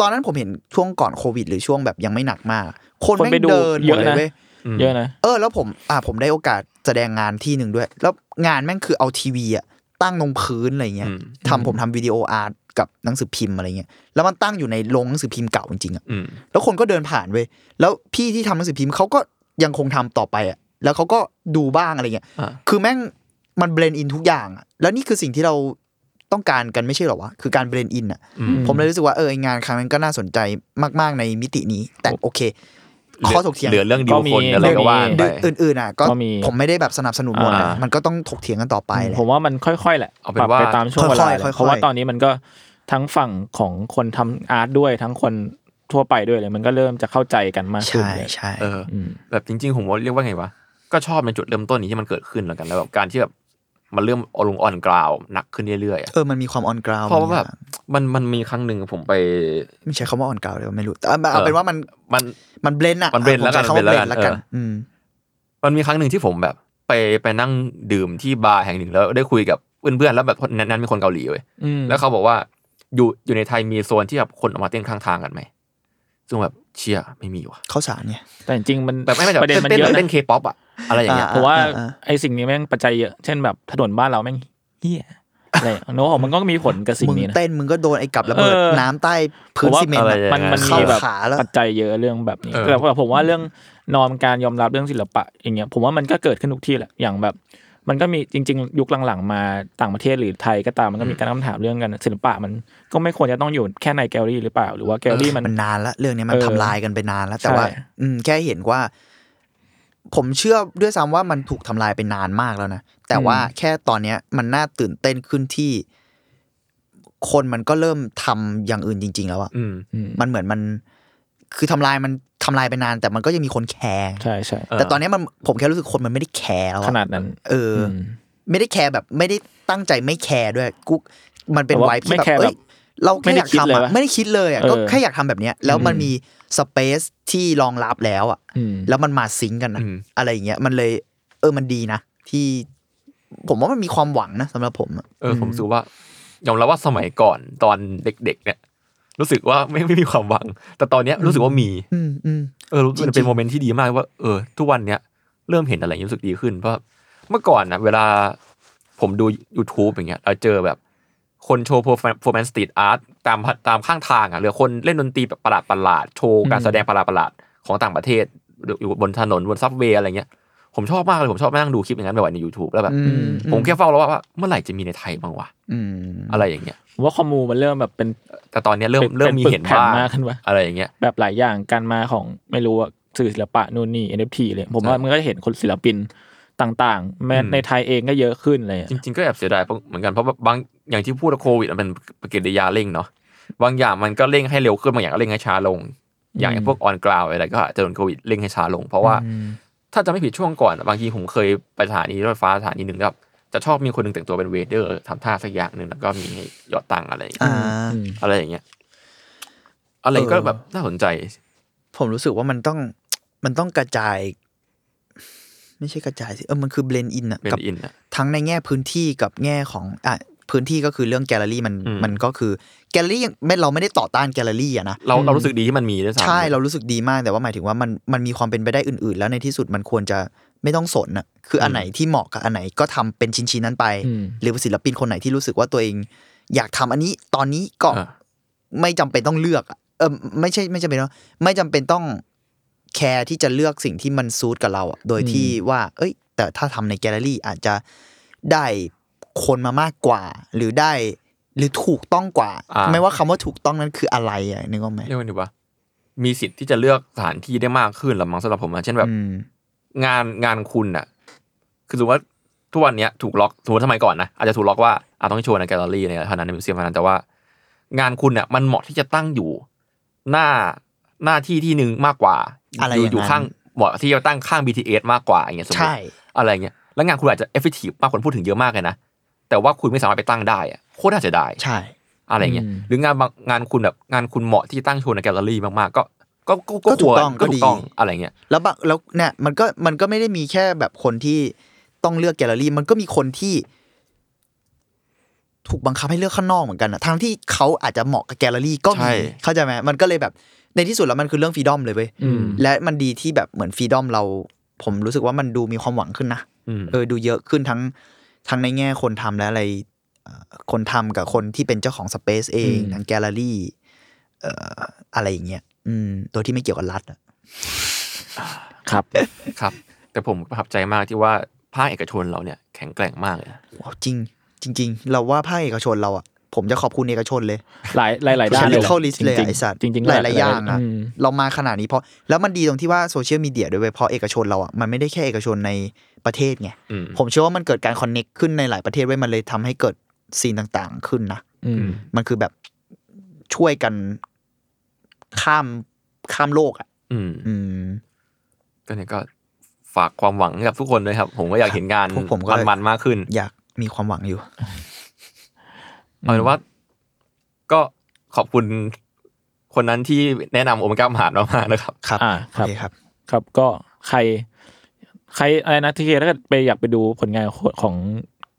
C: ตอนนั้นผมเห็นช่วงก่อนโควิด หรือช่วงแบบยังไม่หนักมาก คน
A: คน
C: แม่ง
A: ไปดู
C: เดินห
A: เย
C: มด
A: อะนะ
C: เลยเว้ย
B: อืม
A: เยอะนะ
C: เออแล้วผมอ่าผมได้โอกาสแสดงงานที่หนึ่งด้วย แล้วงานแม่งคือเอาทีวีอะตั้งลงพื้นอะไรเงี้ย
B: อืม
C: ทำผมทำวิดีโออาร์ตกับหนังสือพิมพ์อะไรเงี้ยแล้วมันตั้งอยู่ในโรงหนังสือพิมพ์เก่าจริงๆอะ
B: อืม
C: แล้วคนก็เดินผ่านเว้ยแล้วพี่ที่ทำหนังสือพิมพ์เขาก็ยังคงทำต่อไปอะแล้วเขาก็ดูบ้างอะไรเงี้ย
B: อ่า
C: คือแม่งมันเบรนอินทุกอย่างอะแล้วนี่คือสิ่งที่เราต้องการกันไม่ใช่เหรอวะคือการเบรนอินอะ
B: อืม
C: ผมเลยรู้สึกว่าเออไอ้งานครั้งนั้นก็น่าสนใจมาก ๆ ในมิตินี้ แต่โอเค ข้อถกเถียง
B: เหลือเรื่องดิ
A: ก็
B: ว
A: มี
B: คนอะไรก็ว่าไป
C: อื่นๆอ่ะก็
A: ก็มี
C: ผมไม่ได้แบบสนับสนุนหมดนะ
B: อ่ามั
C: มันก็ต้องถกเถียงกันต่อไปแหละ
A: ผมว่ามันค่อยๆแหละ
B: เอาเป็น
A: ปรับ
B: ว่า
A: ไปตามช่วงเวลา
C: ค่อย
A: แห
C: ๆค่อ
A: ละ
C: ยๆ
A: เพราะว่าตอนนี้มันก็ทั้งฝั่งของคนทำอาร์ตด้วยทั้งคนทั่วไปด้วยเลยมันก็เริ่มจะเข้าใจกันมากขึ้น
C: ใช่
A: เลย
C: ใช่
B: เออ
A: ม
B: แบบจริงๆ ผมว่าเรียกว่าไงวะ ก็ชอบในจุดเริ่มต้นนี้ที่มันเกิดขึ้นแล้วกันแล้วแบบการที่แบบมันเริ่มอลงออนกราวหนักขึ้นเรื่อยๆอะ
C: เออมันมีความออนกราว
B: เพราะว่าแบบมันมันมีครั้งหนึ่งผมไป
C: ไม่ใช่คำว่าออนกราวเลยไม่รู้แต่เอาเอาเป็นว่ามัน
B: มัน
C: มันเบลนอะ
B: มัน blend
C: ผม
B: แล้ว
C: ใช้
B: กัน
C: คำว่าเบลน
B: blend แล้
C: แล้ว
B: วกั
C: กัน
B: น
C: อืม
B: มันมีครั้งหนึ่งที่ผมแบบ ไปไปนั่งดื่มที่บาร์แห่งหนึ่งแล้วได้คุยกับเพื่อนๆแล้วแบบนั้นนั้นมีคนเกาหลีเว้ย
A: อืม
B: แล้วเขาบอกว่าอยู่อยู่ในไทยมีโซนที่แบบคนออกมาเต้นข้างทางกันไหมซึ่งแบบเชียไม่มีว่ะ
C: เข้าวสารเนี่ย
A: แต่จริงๆมัน
B: แบบไม่ไม่
A: ประเด็น
B: แต่
A: มัน
B: เต้น
A: เยอะ
B: เต้
A: นะ
B: นเคป๊อปอะอะไรอย่างเงี้ย
A: เพราะว่า
C: อ่าอ่า
A: ไอ้สิ่งนี้แม่งปัจจัยเยอะ เช่นแบบถนนบ้านเราแม่งเฮี้ยอะไรโน้ตมันก็มีผลกับสิ่ง
C: มึง
A: นี้นะ
C: เต้นมึงก็โดนไอ้กับระเบิด
A: เออ
C: น้ำใต้พื้นซีเมน
B: ผมว่า
C: ต์
B: อะไร
C: อะ
A: มันมัน
C: เข้า
A: มีแบบ
C: ขาแล้ว
A: ปัจจัยเยอะเรื่องแบบนี้
B: เออ
A: แต่ผมผมว่าเรื่องนอมการยอมรับเรื่องศิลปะอย่างเงี้ยผมว่ามันก็เกิดขึ้นทุกที่แหละอย่างแบบ มันก็มีจริง ๆ ยุคหลังๆ มาต่างประเทศหรือไทยก็ตามมันก็มีการตั้งคำถามเรื่องกันศิลปะมันก็ไม่ควรจะต้องอยู่แค่ในแกลเลอรี่หรือเปล่า หรือว่าแกลเลอรี่มัน
C: มันนานละเรื่องเนี้ยมัน
A: เออ
C: ทำลายกันไปนานแล้วแต่
A: ใช่
C: ว่า อืมแค่เห็นว่า ผมเชื่อด้วยซ้ำว่ามันถูกทำลายไปนานมากแล้วนะแต่ว่าแค่ตอนเนี้ย มันน่าตื่นเต้นขึ้นที่ คนมันก็เริ่มทำอย่างอื่นจริง ๆ แล้วอะ
B: อืม
C: มันเหมือนมัน คือทำลายมันทำลายไปนาน แต่มันก็ยังมีคนแคร์
A: ใช่ใช่
B: เออ
C: แต่ตอนเนี้ยมันผมแค่รู้สึกคนมันไม่ได้แคร์แล้วอะ
A: ขนาดนั้น
C: เอออ
A: ม
C: ไม่ได้แคร์แบบไม่ได้ตั้งใจไม่แคร์ด้วยกูมันเป็น
A: แต่ว่า
C: ไวท์ที่
A: ไม่
C: แบบ
A: แคร์
C: เอ้
A: แบ
C: ย
A: บ
C: เราแค่อยาก
A: ไม่ได้คิดเล
C: ทำ
A: ย
C: อะ
A: วะ
C: ไม่ได้คิดเลยอะ
A: เออ
C: ก็แค่อยากทำแบบเนี้ยแล้วมันมีสเปซที่รองรับแล้วอะ
A: อืม
C: แล้วมันมาซิงก์กันนะ
B: อืม
C: อะไรอย่างเงี้ยมันเลย เออมันดีนะที่ ผมว่ามันมีความหวังนะสำหรับผมอะ
B: เออผมรู้สึกว่ายอมรับว่าสมัยก่อนตอนเด็ก ๆ เนี่ย รู้สึกว่าไม่ไม่มีความหวัง แต่ตอนเนี้ยรู้สึกว่ามี
C: อืมอืม
B: เออรู้สึกมัน
C: จริ
B: เป็น
C: งๆ
B: โมเมนต์ที่ดีมากว่าเออ ทุกวันเนี้ยเริ่มเห็นอะไรรู้สึกดีขึ้นเพราะเมื่อก่อนนะเวลาผมดู YouTube อย่างเงี้ยเราเจอแบบคนโชว์ performance street art ตามตามข้างทางอ่ะหรือคนเล่นดนตรีแบบประหลาดประหลาดๆโชว์การแสดงประหลาดประหลาดๆของต่างประเทศอยู่บนถนนบนซับเวย์อะไรเงี้ยผมชอบมากเลยผมชอบมานั่งดูคลิปอย่างนั้นบ่อยๆใน YouTube แล้วแบบ
C: อืม
B: ผมแค่เฝ้ารอว่าเมื่อไหร่จะมีในไทยบ้างวะ
C: อืม
B: อะไรอย่างเงี้ย
A: ผมว่าคอมมูมันเริ่มแบบเป็น
B: แต่ตอนเนี้ยเริ่ม
A: เป็น
B: เริ่มมี
A: เป็น
B: เห็น
A: ปึกแผ่น
B: บ้าง
A: มากขึ้นวะ
B: อะไรอย่างเงี้ย
A: แบบหลายอย่างการมาของไม่รู้ว่าสื่อศิลปะนู่นนี่ NFT เลย ผมว่า
B: ใช่
A: มันก็จะเห็นคนศิลปินต่างๆแม้
B: อืม
A: ในไทยเองก็เยอะขึ้นเลยอะ
B: จริง ๆ ก็แอบเสียดายเหมือนกันเพราะว่าบางอย่างที่พูดว่าโควิดมันเป็นปฏิกิริยาเร่งเนาะบางอย่างมันก็เร่งให้เร็วขึ้นบางอย่างก็เร่งให้ช้าลง อย่างไอ้พวกออนกราวอะไรก็อาจจะโดนโควิดเร่งให้ช้าลง เพราะว่าถ้าจะไม่ผิดช่วงก่อนอะบางทีผมเคยไปสถานีรถไฟฟ้าสถานีหนึ่งครับจะชอบมีคนหนึ่งแต่งตัวเป็นเวเดอร์ทำท่าสักอย่างหนึ่งแล้วก็มีให้หยอดตังค์อะไรอย่างเงี้ย
C: อ่า
A: อืม
B: อะไรอย่างเงี้ยอะไรก็แบบน่าสนใจ
C: ผมรู้สึกว่ามันต้องมันต้องกระจาย ไม่ใช่กระจายสิเออมันคือเบลนอินอะ
B: เป็น
C: กับ
B: อินอะ
C: ทั้งในแง่พื้นที่กับแง่ของอ่ะพื้นที่ก็คือเรื่องแกลเลอรี่มัน
B: อืม
C: มันก็คือแกลเลอรี่ยังไม่เราไม่ได้ต่อต้านแกลเลอรี่อะนะ
B: เราเรารู้สึกดีที่มันมีด้วยซ้ำ
C: ใช่เรารู้สึกดีมากแต่ว่าหมายถึงว่ามันมันมีความเป็นไปได้อื่น ๆ แล้วในที่สุดมันควรจะไม่ต้องสนอะคืออันไหนที่เหมาะกับอันไหนก็ทำเป็นชิ้นๆนั้นไป
A: อืม
C: หรือว่าศิลปินคนไหนที่รู้สึกว่าตัวเอง อยากทำอันนี้ตอนนี้ก็
B: อ่า
C: ไม่จำเป็นต้องเลือกอะเออไม่ใช่ไม่จำเป็นเนาะไม่จำเป็นต้องแคร์ที่จะเลือกสิ่งที่มันซูทกับเราอะโดยที่ว่า เอ้ย แต่ถ้าทำในแกลเลอรี่อาจจะได้คนมามากกว่า หรือได้หรือถูกต้องกว่า
B: อ่า
C: ไม่ว่าคำว่าถูกต้องนั้นคืออะไรอะนึกออกไหม
B: เรียกว่าไงดีวะมีสิทธิ์ที่จะเลือกสถานที่ได้มากขึ้นหรือมั้งสำหรับผมนะเช่นแบบ
C: อืม
B: งานงานคุณน่ะ คือสมมติว่าทุกวันเนี้ยถูกล็อกสมมติสมัยก่อนนะอาจจะถูกล็อกว่าอาต้องโชว์ในแกลเลอรี่ในเท่านั้นในมิวเซียมเท่านั้นแต่ว่า งานคุณน่ะมันเหมาะที่จะตั้งอยู่ หน้าหน้าที่ที่หนึ่งมากกว่า
C: อะไร
B: ยู่
C: อย่างนั้น
B: อยู่ข้างเหมาะที่จะตั้งข้าง BTS มากกว่าอย่างเงี้ยสมม
C: ใช่
B: ติอะไรเงี้ยแล้วงานคุณอาจจะเอฟเฟกตีฟมากคนพูดถึงเยอะมากเลยนะแต่ว่าคุณไม่สามารถไปตั้งได้อะโคตรน่าเสียดาย
C: ใช่
B: อะไรเงี้ย
A: อืม
B: หรืองานบางงานคุณแบบงานคุณเหมาะที่ตั้งโชว์ในแกลเลอรี่มากๆก็ก็ก็ก็ควรก็ถูกต้องอะไรเงี้ย
C: แล้วบางแล้วเนี่ยมันก็มันก็ไม่ได้มีแค่แบบคนที่ต้องเลือกแกลเลอรี่ มันก็มีคนที่ ถูกบังคับให้เลือกข้างนอกเหมือนกันอะทั้งที่เขาอาจจะเหมาะกับแกลเลอรี่ก็
B: ใช่
C: มีเข้าใจไหมมันก็เลยแบบในที่สุดแล้วมันคือเรื่องฟรีดอมเลยเว้ย
A: อืม
C: และมันดีที่แบบเหมือนฟรีดอมเรา ผมรู้สึกว่ามันดูมีความหวังขึ้นนะ
B: อืม
C: เออดูเยอะขึ้นทั้งทั้งในแง่คนทำและอะไรเอ่อคนทำกับคนที่เป็นเจ้าของสเปซเอง
A: อืม
C: ทางแกลเลอรี่เอ่ออะไรอย่างเงี้ยอืมโดยที่ไม่เกี่ยวกับรัฐอะ
A: ครับ
B: ครับ แต่ผมประทับใจมากที่ว่าภาคเอกชนเราเนี่ยแข็งแกร่งมากเลยนะ
C: ว้าวจริง จริง ๆ เราว่าภาคเอกชนเราอะ ผมจะขอบคุณเอกชนเลย
A: หลายหลายหลายด้านเลยแหละ
C: เข้าลิสต์เลย
A: จริ
C: อะ
A: งๆ
C: ไอสัตว์
A: จริงๆ
C: หลายหลายๆอย่างอะ
A: ม
C: เรามาขนาดนี้เพราะแล้วมันดีตรงที่ว่าโซเชียลมีเดียด้วยเวยเพราะเอกชนเราอ่ะมันไม่ได้แค่เอกชนในประเทศไง
B: อืม
C: ผมเชื่อว่ามันเกิดการคอนเน็กขึ้นในหลายประเทศไว้ยมันเลยทำให้เกิดซีนต่างๆขึ้นนะ
A: อืม
C: มันคือแบบช่วยกันข้ามข้ามโลกอ่ะ
B: อืม
C: อืม
B: ก็เนี่ยก็ฝากความหวังให้กับทุกคนด้วยครับ ผมก็อยากเห็นงาน
C: พวกผมก็
B: มันๆมากขึ้น
C: อยากมีความหวังอยู่
B: เอาเป็นว่าก็ขอบคุณคนนั้นที่แนะนำโอเมก้ามหาดมากๆนะครับ
C: ครับ
A: อ่า
C: โอ
A: ครับ
C: เคครับ
A: ครับก็ใคร ใครอะไรนะทีเคถ้าเกิดไปอยากไปดูผลงานของ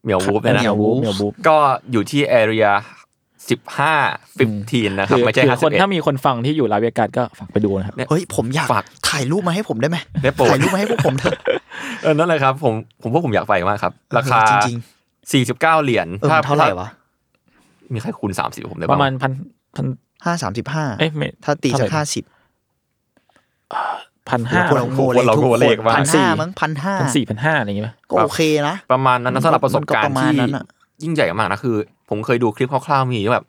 B: เหมียววูฟ
A: เห
B: นะ
A: มียวบูฟเหมียวบูฟ
B: ก็อยู่ที่ area สิบห้าฟิฟทีนนะครับ ไม่ใช่
A: คือ
B: ห้า
A: ค
B: สิบ
A: น
B: เอ็ด
A: ถ้ามีคนฟังที่อยู่ลาเวกัสก็ฝากไปดูนะครับ
C: เฮ้ยผมอยาก
B: ฝาก
C: ถ่ายรูปมาให้ผมได้ไหม
B: ได้โปรด
C: ถ่ายรูปมาให้พวกผมเถอะ
B: เออนั่นแหละครับ ผมผมพวกผมอยากไปมากครับ ราคา
C: เออจริง
B: สี่สิบเก้าเหรียญ
C: เออมันเท่าไหร่วะ
B: มีใครคูณสามสิบผมได้
A: ป
B: บ้าง
A: ระมาณพันพัน
C: ห้าสามสิบห้า
A: เอ้ยไม่
C: ถ้าตีจา
A: เท่าไห
C: ก
A: ร่
C: ห้าสิบ
A: พันห้า
C: โอ้โห
B: คนเราโกเลขมาก
C: พันห้ามั้งพันห้า
A: พันสี่พันห้าอะไรอย่างเงี้ย
C: ก็โอเคนะ
B: ประมาณนั้นนะสำหรับประสบการ
C: มันก็ป
B: ณ์
C: ระมาณ
B: ที่
C: นั้นอะ
B: ยิ่งใหญ่มากนะคือ ผมเคยดูคลิปคร่าวๆมีแบบ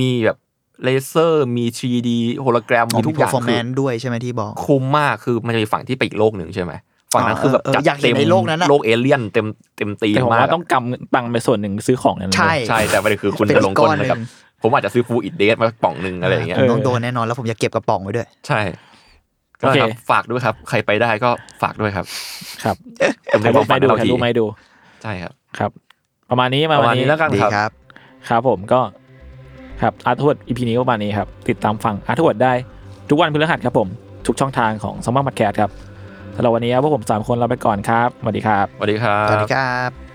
B: มีแบบเลเซอร์มี 3D โฮโลแกรมมีทุกอย่าง
C: ฟอร์แม
B: คือ
C: นด้วยใช่ไหมที่บอก
B: คุ้มมากคือมันจะมีฝั่งที่ไปอีกโลกหนึ่งใช่ไหมฝั่งนั้น
C: อ๋อ
B: คือแบบ
C: เออ
B: จัด
C: อยากเห็น
B: เต็ม
C: ในโลกนั้นอะ
B: โลกเอเลี่ยนเต็มเต็มตี
A: แต่ผม
B: มาก
A: ว่าต้องกำเงินตังค์ไปส่วนหนึ่งซื้อของนั่นเลย
C: ใช่
B: ใช่แต่ประเด็นคือคุณ
C: เป็
B: จะลงก้น
C: ก้อ
B: นะครับ ผมอาจจะซื้อฟูอิดเดสมาป่องหนึ่งอะไรอย่างเงี้ย
C: หนึ่งผมต้อง
A: เออ
C: โดนแน่นอนแล้วผมอยากเก็บกระป๋องไว้ด้วย
B: ใช่
A: โอเค
B: ก็ครับฝากด้วยครับ ใครไปได้ก็ฝากด้วยครับ
A: ครับ
B: ผม
A: ถ่าย
B: บ
A: รู
B: อก
A: ปไป
B: ฝัน
A: ดู
B: เรา
A: ถ่าย
B: ที
A: รูปไปดู
B: ใช่ครับ
A: ครับ ประมาณนี้
B: ป
A: มา
B: ระ
A: วั
B: มาน ณนี้
A: นี้
B: แล้วกัน
C: ดี
B: ครับ
C: ครับ
A: ครับผมก็ครับอาร์ทวดอีพีนี้ก็ประมาณนี้ครับ ติดตามฟังอาร์ทวดได้ทุกวันพฤหัสครับผมทุกช่องทางของสมัครมัดแคทครับสำหรับวันนี้ครับพวกผมสามคนลาไปก่อนครับสวัสดีครับ
B: สวัสดีครั
C: สวัส
B: บ
C: ดีครับ